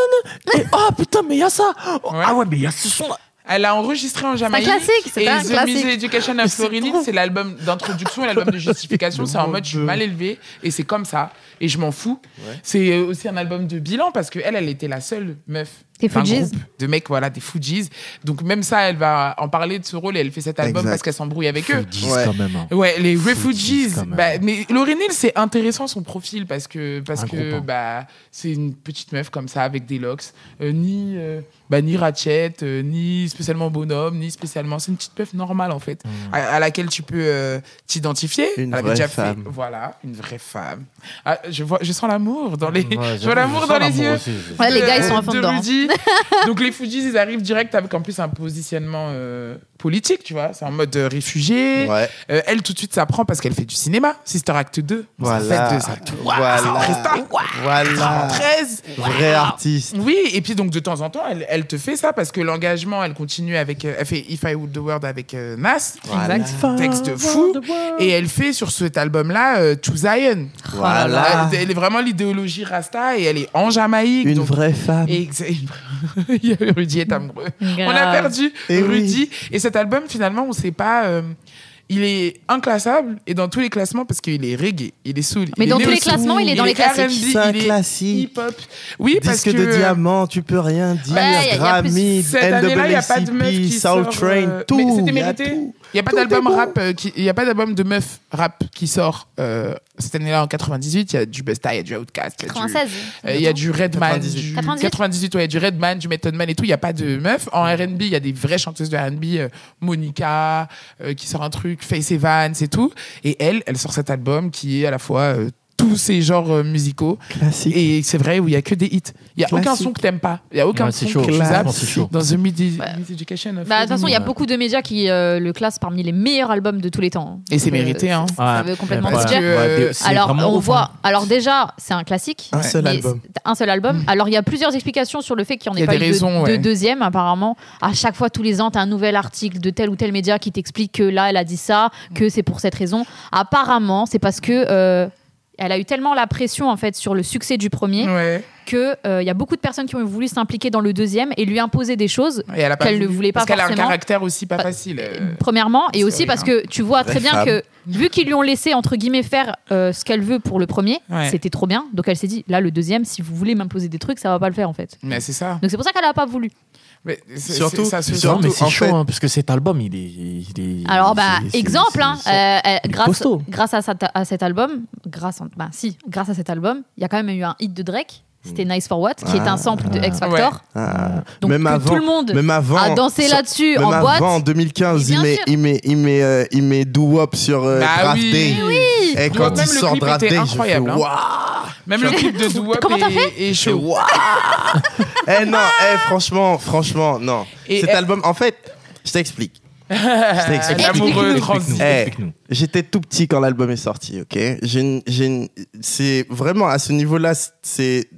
Speaker 3: non. Et, oh putain mais il y a ça Oh,
Speaker 2: Ouais.
Speaker 3: ah ouais mais il y a ce son là
Speaker 2: Elle a enregistré en Jamaïque.
Speaker 1: classique, c'est
Speaker 2: et
Speaker 1: un
Speaker 2: The
Speaker 1: classique.
Speaker 2: Miss Education of Florinid, c'est l'album d'introduction et l'album
Speaker 1: [LAUGHS]
Speaker 2: de justification. c'est en mode je suis mal élevé et c'est comme ça. Et je m'en fous. C'est euh, aussi un album de bilan parce qu'elle, elle était la seule meuf.
Speaker 1: Des
Speaker 2: d'un
Speaker 1: Fugees.
Speaker 2: groupe De mecs, voilà, des Fugees. Donc même ça, elle va en parler de ce rôle et elle fait cet album
Speaker 4: Exact.
Speaker 2: parce qu'elle s'embrouille avec eux.
Speaker 3: Ils disent
Speaker 4: Ouais.
Speaker 3: quand même hein.
Speaker 2: Ouais, les
Speaker 3: Fugees,
Speaker 2: Refugees.
Speaker 3: quand même.
Speaker 2: Bah, mais Lauryn Hill, c'est intéressant son profil parce que parce
Speaker 3: Un groupe,
Speaker 2: que
Speaker 3: hein.
Speaker 2: bah c'est une petite meuf comme ça avec des locks, Euh, ni euh, bah, ni Ratchet, euh, ni spécialement bonhomme, ni spécialement. C'est une petite meuf normale en fait,
Speaker 3: Mm.
Speaker 2: à, à laquelle tu peux euh, t'identifier.
Speaker 4: Une
Speaker 2: Elle avait
Speaker 4: vraie
Speaker 2: déjà
Speaker 4: femme.
Speaker 2: Fait, voilà, une vraie femme. Ah, je vois, je sens l'amour dans les,
Speaker 3: Ouais,
Speaker 2: je vois l'amour
Speaker 3: je
Speaker 2: dans
Speaker 3: sens
Speaker 2: les
Speaker 3: l'amour
Speaker 2: yeux. Euh,
Speaker 3: aussi, je-
Speaker 1: Ouais, les gars, ils sont à
Speaker 2: De-
Speaker 1: fond
Speaker 2: de
Speaker 1: dedans. [LAUGHS]
Speaker 2: Rudy Donc les Fujis, ils arrivent direct avec en plus un positionnement euh, politique, tu vois. C'est en mode euh, réfugié.
Speaker 4: Ouais.
Speaker 2: Euh, elle, tout de suite, ça prend parce qu'elle fait du cinéma. Sister Act 2. On s'en
Speaker 4: Voilà.
Speaker 2: fait de ça.
Speaker 4: Voilà.
Speaker 2: Ça en reste un. Ouah,
Speaker 4: Voilà.
Speaker 2: 13.
Speaker 4: Vrai artiste.
Speaker 2: Oui, et puis donc de temps en temps, elle, elle te fait ça parce que l'engagement, elle continue avec. euh, Elle fait If I Would the World avec euh, Nas.
Speaker 4: Voilà.
Speaker 2: Texte fou. Et elle fait sur cet album-là euh, To Zion.
Speaker 4: Voilà.
Speaker 2: Elle, elle est vraiment l'idéologie rasta et elle est en Jamaïque.
Speaker 4: Une
Speaker 2: donc-
Speaker 4: vraie
Speaker 1: Ah
Speaker 4: femme.
Speaker 2: et exa- [LAUGHS] Il y a eu Rudy est amoureux. On a perdu
Speaker 4: Et Eh oui.
Speaker 2: Rudy. Et cet album, finalement, on sait pas. euh, il est inclassable et dans tous les classements parce qu'il est reggae, il est soul.
Speaker 1: Mais
Speaker 2: il
Speaker 1: dans
Speaker 2: est
Speaker 1: tous les
Speaker 2: néo-soul,
Speaker 1: classements, il est dans les classiques.
Speaker 2: R&B,
Speaker 4: C'est un
Speaker 2: il est
Speaker 4: classique.
Speaker 2: Hip-hop. Oui, parce que.
Speaker 4: Disque
Speaker 2: euh, Bah,
Speaker 4: de diamant, tu peux rien dire.
Speaker 1: Ouais, y a- y a
Speaker 4: Grammy,
Speaker 2: Cette année-là, il n'y a pas de meuf
Speaker 4: NAACP,
Speaker 2: qui
Speaker 4: Soul
Speaker 2: sort,
Speaker 4: Train,
Speaker 2: euh,
Speaker 4: tout.
Speaker 2: mais
Speaker 4: y
Speaker 2: c'était
Speaker 4: a
Speaker 2: mérité.
Speaker 4: tout.
Speaker 2: Il n'y a pas
Speaker 4: Tout
Speaker 2: d'album
Speaker 4: est bon.
Speaker 2: rap, euh, qui- il y a pas d'album de meuf rap qui sort euh, cette année-là en 98. Il y a du Busta, il y a du Outkast, il y a du-
Speaker 1: 96.
Speaker 2: euh, il y a du Redman,
Speaker 4: 98.
Speaker 2: du
Speaker 1: 98.
Speaker 2: 98, ouais, du Redman, du Method Man et tout. Il n'y a pas de meuf. En R&B, il y a des vraies chanteuses de R&B, euh, Monica euh, qui sort un truc, Face Evans et tout. Et elle, elle sort cet album qui est à la fois euh, tous ces genres euh, musicaux.
Speaker 4: Classique.
Speaker 2: Et c'est vrai où il y a que des hits. Il y a aucun
Speaker 4: Classique.
Speaker 2: son que t'aimes pas. Il y a aucun
Speaker 3: Ouais,
Speaker 2: son
Speaker 3: c'est chaud.
Speaker 2: que tu
Speaker 4: Classique.
Speaker 2: zappes.
Speaker 3: Franchement, c'est chaud.
Speaker 2: Dans The Mid
Speaker 1: Ouais.
Speaker 2: Mid Education. of
Speaker 1: Bah, de toute façon, il y a
Speaker 3: Ouais.
Speaker 1: beaucoup de médias qui euh, le classent parmi les meilleurs albums de tous les temps.
Speaker 2: Et c'est
Speaker 1: Donc, euh,
Speaker 2: mérité, hein.
Speaker 1: Ça
Speaker 3: Ah,
Speaker 1: veut complètement
Speaker 2: parce
Speaker 1: se
Speaker 3: voilà.
Speaker 1: dire.
Speaker 2: que, euh,
Speaker 3: c'est
Speaker 1: Alors,
Speaker 3: vraiment
Speaker 1: on
Speaker 3: ouf,
Speaker 1: voit.
Speaker 3: hein.
Speaker 1: Alors, déjà, c'est un classique.
Speaker 4: Un seul
Speaker 1: mais
Speaker 4: album.
Speaker 1: c'est Un seul album. Alors, il y a plusieurs explications sur le fait qu'il n'y en
Speaker 2: Mm. Il
Speaker 1: ait
Speaker 2: y a
Speaker 1: pas
Speaker 2: des
Speaker 1: eu de-
Speaker 2: raisons,
Speaker 1: de,
Speaker 2: ouais.
Speaker 1: deuxième, apparemment. À chaque fois, tous les ans, tu as un nouvel article de tel ou tel média qui t'explique que là, elle a dit ça,
Speaker 2: Mm.
Speaker 1: que c'est pour cette raison. Apparemment, c'est parce que. euh, elle a eu tellement la pression en fait sur le succès du premier
Speaker 2: Ouais.
Speaker 1: que euh, il y a beaucoup de personnes qui ont voulu s'impliquer dans le deuxième et lui imposer des choses
Speaker 2: Et elle a pas
Speaker 1: Qu'elle ne voulait pas
Speaker 2: Parce qu'elle a un
Speaker 1: forcément. Bah,
Speaker 2: caractère aussi pas facile. euh.
Speaker 1: premièrement, et
Speaker 2: c'est
Speaker 1: aussi
Speaker 2: horrible,
Speaker 1: parce que tu vois très
Speaker 4: hein. Vraie
Speaker 1: bien
Speaker 4: femme.
Speaker 1: que vu qu'ils lui ont laissé entre guillemets faire euh, ce qu'elle veut pour le premier,
Speaker 2: Ouais.
Speaker 1: c'était trop bien. Donc elle s'est dit là le deuxième, si vous voulez m'imposer des trucs, ça va pas le faire en fait.
Speaker 2: Mais c'est ça.
Speaker 1: Donc c'est pour ça qu'elle a pas voulu.
Speaker 2: Mais c'est- c'est-
Speaker 4: Surtout-
Speaker 2: ça se
Speaker 4: surtout-
Speaker 3: Non, mais
Speaker 4: en
Speaker 3: c'est chaud,
Speaker 4: fait-
Speaker 3: hein, parce que cet album, il est. il est-
Speaker 1: Alors bah
Speaker 3: c'est- c'est-
Speaker 1: exemple,
Speaker 3: c'est-
Speaker 1: hein,
Speaker 3: c'est-
Speaker 1: euh, euh,
Speaker 3: il est
Speaker 1: grâce
Speaker 3: costaud.
Speaker 1: grâce à, cet- à cet album, grâce en- bah si grâce à cet album, il y a quand même eu un hit de Drake. C'était
Speaker 4: Mm.
Speaker 1: Nice for What, qui est un sample de X Factor.
Speaker 4: Ah.
Speaker 1: Donc
Speaker 4: même
Speaker 1: que
Speaker 4: avant,
Speaker 1: tout le monde
Speaker 4: même avant,
Speaker 1: a dansé
Speaker 4: ça-
Speaker 1: là-dessus
Speaker 4: même
Speaker 1: en
Speaker 4: avant,
Speaker 1: boîte.
Speaker 4: en 2015,
Speaker 1: Mais
Speaker 4: il
Speaker 1: bien
Speaker 4: met,
Speaker 1: sûr.
Speaker 4: il met, il met, euh, il met Do Wop sur euh,
Speaker 2: Bah
Speaker 4: Draft
Speaker 2: oui.
Speaker 4: Day.
Speaker 1: Eh
Speaker 2: Mais
Speaker 4: Et quand
Speaker 2: Même
Speaker 4: il
Speaker 2: le
Speaker 4: sort
Speaker 2: clip
Speaker 4: Draft
Speaker 2: était
Speaker 4: Day, je fais,
Speaker 2: incroyable, hein.
Speaker 4: Waouh
Speaker 2: Même le clip de Douap
Speaker 1: Comment t'as
Speaker 2: est, est
Speaker 4: Je fais,
Speaker 2: chaud.
Speaker 4: waouh Eh non, eh franchement, franchement, non.
Speaker 2: Et
Speaker 4: Cet
Speaker 2: elle- Ah,
Speaker 4: album, en fait, je t'explique. Je t'explique.
Speaker 2: L'amoureux
Speaker 3: Explique-nous,
Speaker 2: transi.
Speaker 3: explique-nous.
Speaker 4: Eh,
Speaker 3: Explique-nous.
Speaker 4: J'étais tout petit quand l'album est sorti, ok J'ai une- j'ai une- C'est vraiment à ce niveau-là, c'est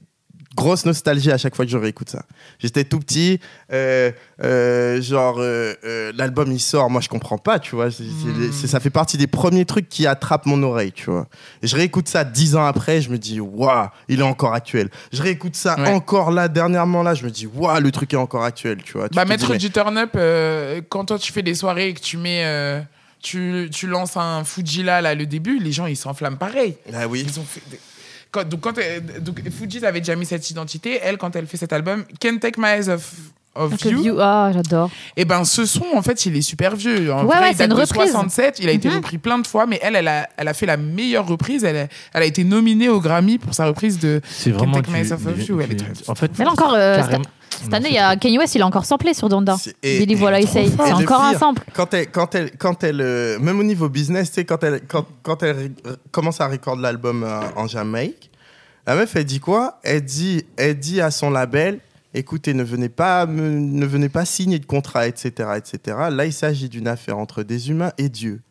Speaker 4: grosse nostalgie à chaque fois que je réécoute ça. J'étais tout petit, euh, euh, genre euh, euh, l'album il sort, moi je comprends pas, tu vois. C'est- c'est- c'est- Ça fait partie des premiers trucs qui attrapent mon oreille, tu vois. Je réécoute ça dix ans après, je me dis waouh, il est encore actuel. Je réécoute ça
Speaker 2: Ouais.
Speaker 4: encore là dernièrement là, je me dis waouh, le truc est encore actuel, tu vois. Tu
Speaker 2: Bah,
Speaker 4: te
Speaker 2: mettre
Speaker 4: dis, mais-
Speaker 2: du turn-up, euh, quand toi tu fais des soirées et que tu mets. euh, tu, tu lances un Fujila là le début, les gens ils s'enflamment pareil.
Speaker 4: Ah oui.
Speaker 2: Ils ont fait. des- Quand, donc, quand elle- donc, Fuji avait déjà mis cette identité, elle, quand elle fait cet album, Can't Take My Eyes Off, of
Speaker 1: Donc,
Speaker 2: You,
Speaker 1: View- Ah, j'adore.
Speaker 2: et ben ce son, en fait, il est super vieux.
Speaker 1: Ouais,
Speaker 2: En vrai,
Speaker 1: ouais,
Speaker 2: il
Speaker 1: c'est
Speaker 2: date
Speaker 1: une
Speaker 2: de
Speaker 1: reprise.
Speaker 2: 67, il a été
Speaker 1: Mhm.
Speaker 2: repris plein de fois, mais elle, elle a, elle a fait la meilleure reprise. Elle a, elle a été nominée au Grammy pour sa reprise de.
Speaker 3: C'est vraiment.
Speaker 2: Take
Speaker 3: du-
Speaker 2: My Eyes Off
Speaker 3: du-
Speaker 2: You, elle est
Speaker 3: du-
Speaker 2: très-
Speaker 3: En fait,
Speaker 1: Mais là encore, euh,
Speaker 3: carrément-
Speaker 1: cette année, il y a Kanye West, il a encore samplé sur Donda.
Speaker 4: C'est- et-
Speaker 1: Billy
Speaker 4: et
Speaker 1: Voilà
Speaker 4: trop
Speaker 1: Essaye.
Speaker 4: fort.
Speaker 1: C'est
Speaker 4: Et le
Speaker 1: encore un
Speaker 4: pire,
Speaker 1: sample.
Speaker 4: quand elle, quand elle, quand elle, euh, même au niveau business, tu sais, quand elle, quand, quand elle ré- commence à recorder l'album euh, en Jamaïque, la meuf, elle dit quoi Elle dit, elle dit à son label, écoutez, ne venez pas, me- ne venez pas signer de contrat, etc., etc. Là, il s'agit d'une affaire entre des humains et Dieu.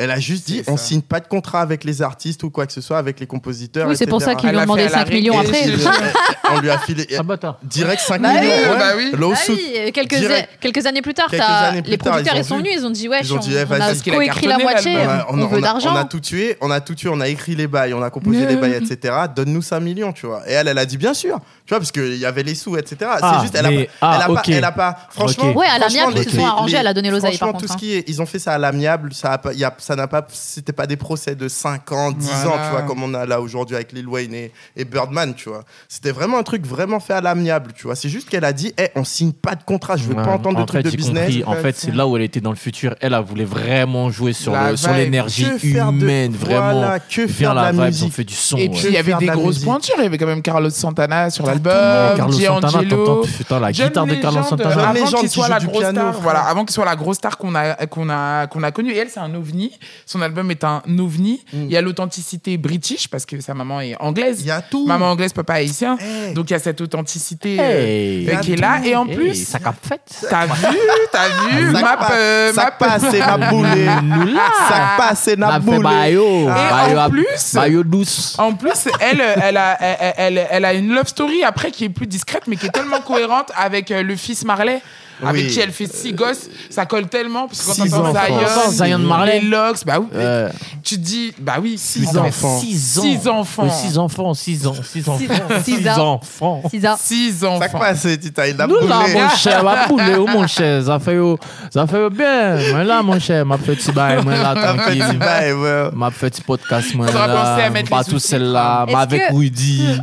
Speaker 4: Elle a juste dit,
Speaker 2: C'est
Speaker 4: on
Speaker 2: ça.
Speaker 4: signe pas de contrat avec les artistes ou quoi que ce soit, avec les compositeurs.
Speaker 1: Oui, c'est pour ça
Speaker 4: etc..
Speaker 1: qu'ils
Speaker 2: Elle
Speaker 1: lui ont
Speaker 2: a fait
Speaker 1: demandé
Speaker 2: à la
Speaker 1: 5 millions
Speaker 4: Et
Speaker 1: après.
Speaker 4: je- je- On lui a filé euh,
Speaker 3: Ah, bâtard.
Speaker 4: direct 5
Speaker 1: Bah oui,
Speaker 4: millions. ouais.
Speaker 2: bah oui.
Speaker 1: Ah
Speaker 4: Lawsuit.
Speaker 1: oui, euh, quelques,
Speaker 4: Direct.
Speaker 1: quelques années plus tard,
Speaker 4: Quelques
Speaker 1: t'as-
Speaker 4: années plus
Speaker 1: les
Speaker 4: tard,
Speaker 1: producteurs
Speaker 4: ils
Speaker 1: ils
Speaker 4: ont
Speaker 1: sont
Speaker 4: vu.
Speaker 1: venus, ils ont dit ouais,
Speaker 4: Ils ont
Speaker 1: on,
Speaker 4: dit, eh,
Speaker 1: on a
Speaker 4: vas-y.
Speaker 2: qu'il a
Speaker 1: coécrit la
Speaker 2: cartonné,
Speaker 1: moitié,
Speaker 2: l'album.
Speaker 1: on,
Speaker 4: a- a-
Speaker 1: veut
Speaker 4: a-
Speaker 1: d'argent.
Speaker 4: on a tout tué, on a tout tué, on a écrit les bails, on a composé les bails, etc. Donne-nous 5 millions, tu vois. Et elle, elle a dit bien sûr, tu vois, parce qu'il y avait les sous, etc.
Speaker 3: Ah,
Speaker 4: c'est juste, elle a,
Speaker 3: mais-
Speaker 4: pas,
Speaker 3: ah,
Speaker 4: elle a
Speaker 3: ok.
Speaker 4: pas, elle a pas, franchement.
Speaker 3: Ok.
Speaker 1: Ouais, à
Speaker 4: franchement,
Speaker 1: l'amiable, ils se
Speaker 4: les-
Speaker 1: sont
Speaker 4: les-
Speaker 1: arrangés, elle a donné l'oseille,
Speaker 4: Franchement,
Speaker 1: par
Speaker 4: tout
Speaker 1: contre,
Speaker 4: ce
Speaker 1: hein.
Speaker 4: qui est, ils ont fait ça à l'amiable, ça a pas- y a- ça n'a pas, c'était pas des procès de 5 ans, 10 ans,
Speaker 2: Voilà.
Speaker 4: tu vois, comme on a là aujourd'hui avec Lil Wayne et, et Birdman, tu vois. C'était vraiment un truc vraiment fait à l'amiable, tu vois. C'est juste qu'elle a dit, eh, on signe pas de contrat, je veux
Speaker 3: Ouais,
Speaker 4: pas entendre
Speaker 3: en
Speaker 4: de trucs
Speaker 3: fait,
Speaker 4: de
Speaker 3: j'ai
Speaker 4: business.
Speaker 3: compris. En fait, c'est là où elle était dans le futur. Elle, elle voulait vraiment jouer sur
Speaker 2: La
Speaker 3: le- sur
Speaker 2: vibe.
Speaker 3: l'énergie
Speaker 4: Que faire de-
Speaker 3: humaine, vraiment.
Speaker 4: Voilà, que
Speaker 3: Faire
Speaker 4: faire
Speaker 3: la
Speaker 4: de la
Speaker 3: vibe, on
Speaker 4: musique.
Speaker 3: fait du son. ouais.
Speaker 2: Et puis il y avait
Speaker 4: Faire de
Speaker 2: des
Speaker 4: la
Speaker 2: grosses
Speaker 4: musique.
Speaker 2: pointures. Il y avait quand même Carlos Santana sur
Speaker 3: Ouais,
Speaker 2: l'album,
Speaker 3: Carlos Santana, t'entends,
Speaker 2: euh, D'Angelo.
Speaker 3: putain, la
Speaker 2: John
Speaker 3: guitare de Carlos
Speaker 2: Legend,
Speaker 3: Santana.
Speaker 4: John
Speaker 2: avant
Speaker 4: Legend
Speaker 2: qu'il
Speaker 4: qui
Speaker 2: soit
Speaker 4: joue
Speaker 2: la
Speaker 4: du
Speaker 2: grosse
Speaker 4: piano,
Speaker 2: star,
Speaker 4: frère.
Speaker 2: voilà, avant qu'il soit la grosse star qu'on a qu'on a qu'on a connue. Et elle, c'est un ovni. musique. Son album est un ovni.
Speaker 3: Mm.
Speaker 2: Il y a l'authenticité british parce que sa maman est anglaise.
Speaker 4: Il y a tout. Eh.
Speaker 2: Maman anglaise, papa haïtien.
Speaker 4: Hey.
Speaker 2: Donc il y a cette authenticité euh,
Speaker 3: Hey.
Speaker 2: euh, qui est là. Et en
Speaker 3: Hey,
Speaker 2: plus,
Speaker 3: ça cap fait. [LAUGHS]
Speaker 2: t'as vu, t'as vu,
Speaker 4: Sac
Speaker 2: map,
Speaker 4: pas-
Speaker 2: euh,
Speaker 4: sac
Speaker 2: map-
Speaker 4: pas, c'est
Speaker 2: [LAUGHS]
Speaker 4: ma boule.
Speaker 3: Nous là.
Speaker 4: Sac pas, c'est ma
Speaker 3: M'a fait
Speaker 4: boule.
Speaker 3: bayo.
Speaker 2: en
Speaker 3: Bayo à-
Speaker 2: plus-
Speaker 3: bayo douce.
Speaker 2: En plus, elle, euh, elle a, elle, elle- elle a une love story après qui est plus discrète, mais qui est tellement cohérente avec euh, le fils Marley, avec
Speaker 4: Oui.
Speaker 2: qui elle fait six gosses. Ça colle tellement. Parce que quand
Speaker 4: Six
Speaker 2: t'entends
Speaker 4: enfants.
Speaker 3: Encore
Speaker 2: Zion,
Speaker 3: Zion Marley.
Speaker 2: les Lox, bah oui,
Speaker 3: Euh,
Speaker 2: tu te dis, bah oui, six
Speaker 4: Putain,
Speaker 2: ans.
Speaker 4: enfants.
Speaker 3: Six ans.
Speaker 2: Six enfants.
Speaker 3: Euh, Six enfants. Six ans. Six enfants.
Speaker 1: six
Speaker 3: Six
Speaker 1: ans.
Speaker 3: enfants.
Speaker 1: Sisa.
Speaker 2: Six
Speaker 4: Sac
Speaker 2: enfants.
Speaker 4: pas, c'est Tita, il a
Speaker 3: Nous
Speaker 4: boulé.
Speaker 3: là, mon cher, ma poule, oh, mon cher, ça fait, oh, ça fait bien. Mais là, mon cher, [LAUGHS] ma petite baille, moi là,
Speaker 4: Un petit
Speaker 3: tranquille.
Speaker 4: bail, ouais.
Speaker 3: Ma petite podcast, moi
Speaker 2: Faudra penser à
Speaker 3: là,
Speaker 2: mettre
Speaker 3: pas
Speaker 2: les
Speaker 3: tout
Speaker 2: sous-titres.
Speaker 3: celle-là, mais
Speaker 1: Est-ce
Speaker 3: avec
Speaker 1: que-
Speaker 2: [LAUGHS]
Speaker 3: Woody,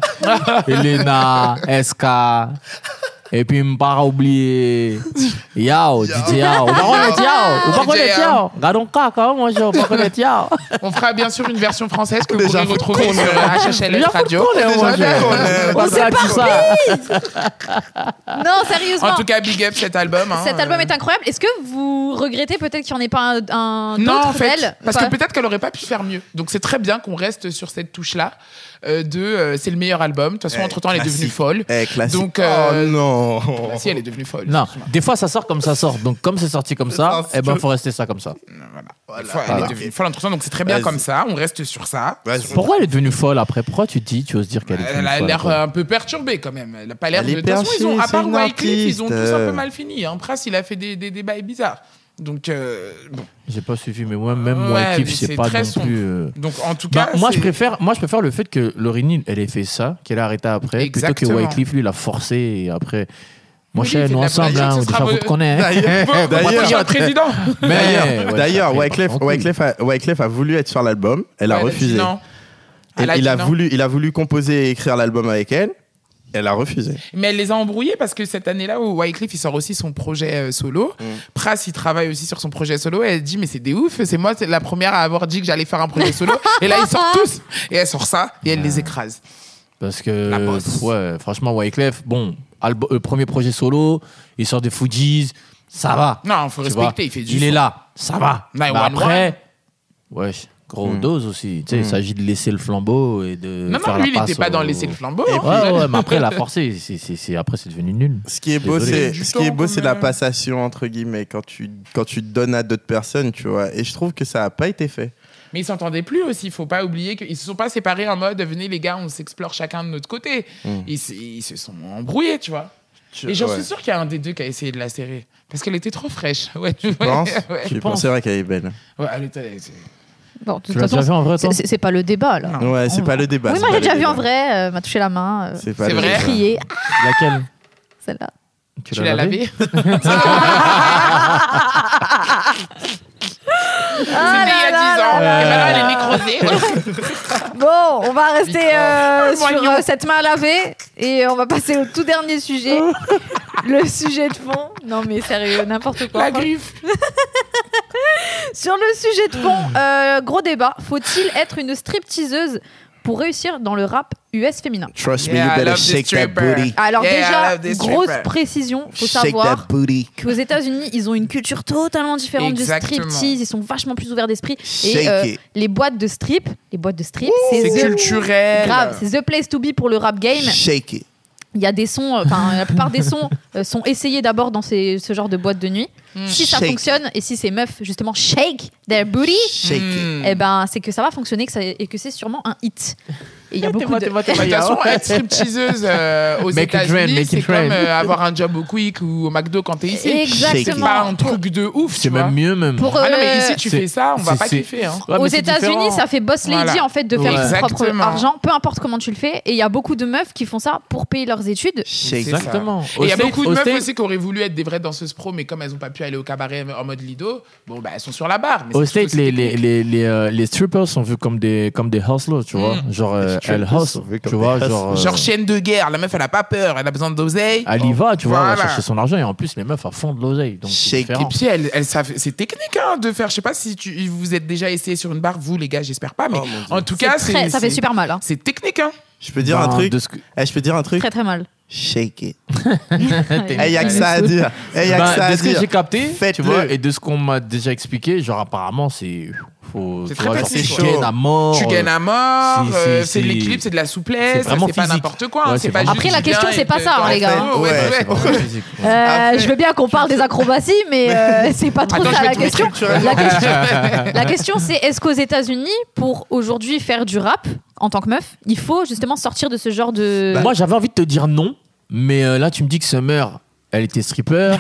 Speaker 3: Elena, SK. Et puis, me pas oublier. Yao, DJ Yao. On va connaître Yao. On va
Speaker 2: Yao.
Speaker 3: connaître Yao. Gardons cas, quand même, moi, je on [LAUGHS] va connaître Yao.
Speaker 2: On fera bien sûr une version française que vous
Speaker 4: Déjà,
Speaker 2: pourrez
Speaker 4: faut
Speaker 2: retrouver sur
Speaker 3: Les
Speaker 2: HHLS
Speaker 3: gens
Speaker 2: Radio.
Speaker 3: qu'on est, moi,
Speaker 4: Déjà
Speaker 3: je-
Speaker 4: qu'on est.
Speaker 3: hein, on sera tout ça.
Speaker 1: Non, sérieusement.
Speaker 2: En tout cas, big up cet album. hein.
Speaker 1: Cet album est incroyable. Est-ce que vous regrettez peut-être qu'il n'y en ait pas un, un
Speaker 2: Non,
Speaker 1: d'autres
Speaker 2: en fait,
Speaker 1: d'elle
Speaker 2: parce
Speaker 1: Enfin,
Speaker 2: que peut-être qu'elle aurait pas pu faire mieux. Donc c'est très bien qu'on reste sur cette touche-là euh, de euh, c'est le meilleur album. De toute façon,
Speaker 4: Eh,
Speaker 2: entre temps, elle est devenue
Speaker 4: classique.
Speaker 2: folle.
Speaker 4: Eh, classique.
Speaker 2: Donc, euh,
Speaker 4: Oh non.
Speaker 2: Bah, si, elle est devenue folle.
Speaker 3: Non, des fois ça sort comme ça sort. Donc comme c'est sorti comme ça,
Speaker 4: Non, c'est
Speaker 3: eh ben
Speaker 4: tout.
Speaker 3: faut rester ça comme ça.
Speaker 2: Des
Speaker 4: Voilà.
Speaker 2: fois, Elle est devenue folle entre temps, donc c'est très bien
Speaker 4: Vas-y.
Speaker 2: comme ça. On reste sur ça.
Speaker 4: Vas-y.
Speaker 3: Pourquoi elle est devenue folle après Pourquoi tu dis, tu oses dire qu'elle est devenue
Speaker 2: Elle a
Speaker 3: folle
Speaker 2: l'air
Speaker 3: après
Speaker 2: euh, un peu perturbée quand même. Elle a pas l'air
Speaker 4: Elle
Speaker 2: de.
Speaker 4: est
Speaker 2: De toute façon, ils ont, à
Speaker 4: perchée,
Speaker 2: part
Speaker 4: c'est une
Speaker 2: Wycliffe, ils ont tous un peu
Speaker 4: artiste.
Speaker 2: mal fini. Hein. Prince, il a fait des, des, des bails bizarres. Donc, euh, bon.
Speaker 3: J'ai pas suivi, mais moi même moi
Speaker 2: Ouais, mais
Speaker 3: équipe, je
Speaker 2: c'est
Speaker 3: sais pas
Speaker 2: très
Speaker 3: non
Speaker 2: sombre.
Speaker 3: plus. euh,
Speaker 2: donc, en tout
Speaker 3: Bah,
Speaker 2: cas.
Speaker 3: moi je
Speaker 2: c'est-
Speaker 3: préfère, moi je préfère le fait que Lorini elle ait fait ça, qu'elle a arrêté après, plutôt
Speaker 2: Exactement.
Speaker 3: que Wycliffe lui l'a forcé et après. Moi
Speaker 2: Oui,
Speaker 3: cher,
Speaker 2: c'est
Speaker 3: nous
Speaker 2: de la
Speaker 3: ensemble,
Speaker 2: politique,
Speaker 3: hein,
Speaker 2: ce
Speaker 3: déjà
Speaker 2: sera
Speaker 3: vous
Speaker 2: beau-
Speaker 3: te connaît.
Speaker 2: [LAUGHS]
Speaker 3: hein.
Speaker 2: Bon,
Speaker 4: D'ailleurs-
Speaker 2: moi, je suis
Speaker 3: [LAUGHS]
Speaker 2: un président.
Speaker 3: Mais
Speaker 4: D'ailleurs,
Speaker 3: ouais,
Speaker 4: d'ailleurs,
Speaker 3: ça fait
Speaker 4: Wyclef,
Speaker 3: pas en couille.
Speaker 4: Wyclef, a, Wyclef a voulu être sur l'album, elle a
Speaker 2: Elle dit
Speaker 4: refusé.
Speaker 2: non.
Speaker 4: Et
Speaker 2: Elle a
Speaker 4: il,
Speaker 2: dit
Speaker 4: a
Speaker 2: non.
Speaker 4: voulu, il a voulu composer et écrire l'album avec elle, elle a refusé.
Speaker 2: Mais elle les a embrouillés parce que cette année-là, où Wycliffe, il sort aussi son projet euh, solo.
Speaker 3: Mm.
Speaker 2: Pras, il travaille aussi sur son projet solo. Et elle dit, mais c'est des ouf. C'est moi, c'est la première à avoir dit que j'allais faire un projet solo. et là, ils sortent tous. Et elle sort ça et elle les écrase.
Speaker 3: Parce
Speaker 2: La
Speaker 3: que,
Speaker 2: bosse.
Speaker 3: ouais, franchement, Wyclef, bon, alb- euh, premier projet solo, il sort des Fujis, ça va.
Speaker 2: Non, faut
Speaker 3: Tu
Speaker 2: respecter.
Speaker 3: vois,
Speaker 2: Il fait du. Bah,
Speaker 3: est
Speaker 2: son.
Speaker 3: là, ça va.
Speaker 2: Nine
Speaker 3: Mais
Speaker 2: one
Speaker 3: après, wesh, gros
Speaker 1: Hmm.
Speaker 4: Mm.
Speaker 3: dose aussi. Tu sais, il s'agit de laisser le flambeau et de.
Speaker 2: Non, non,
Speaker 3: faire
Speaker 2: lui, il
Speaker 3: la passe
Speaker 2: n'était pas
Speaker 3: au-
Speaker 2: dans laisser le flambeau.
Speaker 4: Et
Speaker 2: hein.
Speaker 3: Ouais, ouais, ouais, mais après,
Speaker 2: [LAUGHS]
Speaker 3: la forcer, c'est- c'est- c'est- après, c'est devenu nul.
Speaker 4: Ce qui est beau,
Speaker 3: Désolé.
Speaker 4: c'est
Speaker 2: Du
Speaker 4: ce
Speaker 2: temps,
Speaker 4: qui est beau,
Speaker 2: quand
Speaker 4: c'est la
Speaker 2: même.
Speaker 4: passation entre guillemets quand tu quand tu donnes à d'autres personnes, tu vois. Et je trouve que ça a pas été fait.
Speaker 2: Mais ils s'entendaient plus aussi. Faut pas oublier qu'ils se sont pas séparés en mode venez les gars, on s'explore chacun de notre côté.
Speaker 3: Mm.
Speaker 2: Ils, s- ils se sont embrouillés, tu vois.
Speaker 4: Tu-
Speaker 2: Et j'en
Speaker 4: ouais.
Speaker 2: suis sûr qu'il y a un des deux qui a essayé de la serrer. Parce qu'elle était trop fraîche. [LAUGHS] Ouais, tu
Speaker 4: Tu penses
Speaker 2: ouais.
Speaker 4: Tu
Speaker 3: penses.
Speaker 4: penses c'est vrai qu'elle est belle.
Speaker 2: Ouais, elle était- elle était-
Speaker 1: bon, de toute
Speaker 3: Tu l'as déjà vu
Speaker 1: façon,
Speaker 3: en vrai,
Speaker 1: c'est-
Speaker 3: toi
Speaker 1: c'est c'est pas le débat là.
Speaker 2: Non.
Speaker 4: Ouais, c'est pas le débat.
Speaker 1: oui,
Speaker 4: c'est
Speaker 1: moi
Speaker 4: pas
Speaker 1: j'ai déjà
Speaker 4: le
Speaker 1: vu
Speaker 4: débat.
Speaker 1: en vrai, euh, m'a touché la main, euh,
Speaker 4: C'est pas
Speaker 2: C'est
Speaker 4: le
Speaker 2: vrai
Speaker 4: débat.
Speaker 1: crié.
Speaker 3: Laquelle
Speaker 1: Ah, celle-là.
Speaker 2: Tu
Speaker 3: Bah
Speaker 2: l'as lavé
Speaker 1: Ah
Speaker 2: [LAUGHS] C'était il y a
Speaker 1: là
Speaker 2: 10
Speaker 1: là
Speaker 2: ans.
Speaker 1: là
Speaker 2: Et
Speaker 1: là
Speaker 2: maintenant,
Speaker 1: là.
Speaker 2: elle est nécrosée.
Speaker 1: Bon, on va rester euh,
Speaker 2: Micro.
Speaker 1: sur
Speaker 2: Moignon.
Speaker 1: euh, cette main lavée et on va passer au tout dernier
Speaker 2: [LAUGHS]
Speaker 1: sujet, le sujet de fond. Non mais sérieux, n'importe quoi.
Speaker 2: [LAUGHS] La griffe.
Speaker 1: Sur le sujet de fond, euh, gros débat. Faut-il être une stripteaseuse pour réussir dans le rap US féminin
Speaker 4: Trust me,
Speaker 2: Yeah, I
Speaker 4: you better
Speaker 2: love this
Speaker 4: shake that
Speaker 2: stripper.
Speaker 4: booty.
Speaker 1: Alors
Speaker 2: Yeah, I
Speaker 1: déjà,
Speaker 2: love this
Speaker 1: grosse
Speaker 2: stripper.
Speaker 1: précision, Ah, faut
Speaker 4: Shake that
Speaker 1: savoir
Speaker 4: booty.
Speaker 1: qu'aux États-Unis, ils ont une culture totalement différente
Speaker 2: Exactement.
Speaker 1: du striptease. Ils sont vachement plus ouverts d'esprit.
Speaker 4: Shake
Speaker 1: Et euh,
Speaker 4: it.
Speaker 1: les boîtes de strip, les boîtes de strip, c'est
Speaker 2: C'est
Speaker 1: the-
Speaker 2: culturel.
Speaker 1: grave, c'est the place to be pour le rap game.
Speaker 4: Shake it.
Speaker 1: Il y a des sons, euh, enfin la plupart des sons euh, sont essayés d'abord dans ces- ce genre de boîte de nuit.
Speaker 2: Hmm.
Speaker 1: Si ça
Speaker 4: Shake.
Speaker 1: fonctionne et si ces meufs justement shake their booty,
Speaker 4: Shake it.
Speaker 2: Mm.
Speaker 1: eh ben, c'est que ça va fonctionner que ça- et que c'est sûrement un hit. Et il y a beaucoup de... [LAUGHS]
Speaker 2: De toute façon, hein, être stripteaseuse euh, aux
Speaker 3: Make it rain,
Speaker 2: États-Unis,
Speaker 3: make
Speaker 2: c'est
Speaker 3: it
Speaker 2: comme
Speaker 3: rain.
Speaker 2: euh, avoir un job au Quick ou au McDo quand t'es ici. C'est pas
Speaker 1: Exactement.
Speaker 2: un truc de ouf,
Speaker 3: C'est
Speaker 2: tu vois.
Speaker 3: même mieux, même.
Speaker 1: Pour,
Speaker 2: Ah non,
Speaker 1: euh,
Speaker 2: mais ici, tu
Speaker 3: C'est-
Speaker 2: fais ça, on va
Speaker 3: c'est-
Speaker 2: pas
Speaker 3: c'est-
Speaker 2: kiffer. hein.
Speaker 3: Ouais, mais
Speaker 1: aux
Speaker 3: c'est
Speaker 1: États-Unis,
Speaker 3: différent.
Speaker 1: ça fait boss lady
Speaker 2: Voilà.
Speaker 1: en fait de faire
Speaker 3: Ouais.
Speaker 1: son propre
Speaker 2: Exactement.
Speaker 1: argent, peu importe comment tu le fais. Et il y a beaucoup de meufs qui font ça pour payer leurs études.
Speaker 4: Shake
Speaker 2: C'est
Speaker 4: it.
Speaker 2: ça.
Speaker 3: Exactement.
Speaker 2: Et il y a
Speaker 3: Au States-
Speaker 2: beaucoup de
Speaker 3: au
Speaker 2: meufs
Speaker 3: States-
Speaker 2: aussi qui auraient voulu être des vraies danseuses pro, mais comme elles ont pas pu aller au cabaret en mode Lido, bon, bah, elles sont sur la barre. Mais
Speaker 3: Au
Speaker 2: c'est tout
Speaker 3: States,
Speaker 2: aussi
Speaker 3: les, les,
Speaker 2: technique.
Speaker 3: les, les, euh, les strippers sont vus comme des, comme des hustlers, tu vois. Genre, euh,
Speaker 4: Les
Speaker 3: elles
Speaker 4: strippers sont
Speaker 3: hustle,
Speaker 4: vus
Speaker 3: tu
Speaker 4: comme
Speaker 3: vois.
Speaker 4: des hustlers.
Speaker 3: Genre, euh,
Speaker 2: Hmm. Genre chienne de guerre, la meuf, elle a pas peur, elle a besoin d'oseille.
Speaker 3: elle y va, tu vois, elle va
Speaker 2: Voilà.
Speaker 3: chercher son argent. Et en plus, les meufs à fond de l'oseille. Donc, c'est
Speaker 4: Shake
Speaker 3: différent.
Speaker 2: Et puis, elle, elle, savent- c'est technique hein, de faire. Je sais pas si tu, vous êtes déjà essayé sur une barre, vous les gars, j'espère pas, mais
Speaker 4: Oh, mon Dieu.
Speaker 2: en tout
Speaker 1: C'est
Speaker 2: cas,
Speaker 1: très-
Speaker 2: c'est
Speaker 1: ça fait
Speaker 2: c'est-
Speaker 1: super mal, hein.
Speaker 2: C'est technique, hein.
Speaker 4: Je peux dire un
Speaker 3: Ben,
Speaker 4: truc.
Speaker 3: de ce que-
Speaker 4: Eh, je peux dire un truc.
Speaker 1: très très
Speaker 2: [LAUGHS]
Speaker 1: mal.
Speaker 4: Shake it.
Speaker 2: Eh,
Speaker 4: Eh, y a que ça à dire. Eh, y a
Speaker 3: Ben,
Speaker 4: que ça
Speaker 3: de
Speaker 4: à
Speaker 3: ce que
Speaker 4: dire.
Speaker 3: j'ai capté, tu
Speaker 4: Faites-le.
Speaker 3: vois, et de ce qu'on m'a déjà expliqué, genre apparemment c'est Faut,
Speaker 2: C'est
Speaker 3: tu
Speaker 2: très
Speaker 3: vois, genre, tu
Speaker 2: technique, ouais.
Speaker 3: gagnes à mort.
Speaker 2: Tu gagnes à mort,
Speaker 3: Oh, si, si,
Speaker 2: euh,
Speaker 3: si.
Speaker 2: c'est de l'équilibre, c'est de la
Speaker 3: C'est
Speaker 2: souplesse,
Speaker 3: vraiment
Speaker 2: c'est pas
Speaker 3: physique.
Speaker 2: n'importe quoi. hein,
Speaker 3: Ouais, c'est
Speaker 2: c'est pas
Speaker 3: vraiment
Speaker 2: juste
Speaker 1: Après, la
Speaker 2: tu viens
Speaker 1: question,
Speaker 2: et
Speaker 1: c'est
Speaker 2: te-
Speaker 1: pas ça,
Speaker 2: te-
Speaker 1: hein, les gars, hein.
Speaker 2: Ouais, ouais, ouais.
Speaker 1: Euh,
Speaker 4: Après-
Speaker 1: je veux bien qu'on parle des acrobaties, mais
Speaker 2: [LAUGHS]
Speaker 1: euh, c'est pas trop
Speaker 2: Attends, je
Speaker 1: ça
Speaker 2: vais
Speaker 1: la
Speaker 2: trouver
Speaker 1: question.
Speaker 2: structurellement.
Speaker 1: La question, la question, c'est est-ce qu'aux États-Unis, pour aujourd'hui faire du rap en tant que meuf, il faut justement sortir de ce genre de.
Speaker 3: Euh,
Speaker 4: Bah.
Speaker 3: Moi, j'avais envie de te dire non, mais euh, là, tu me dis que Summer, elle était stripper.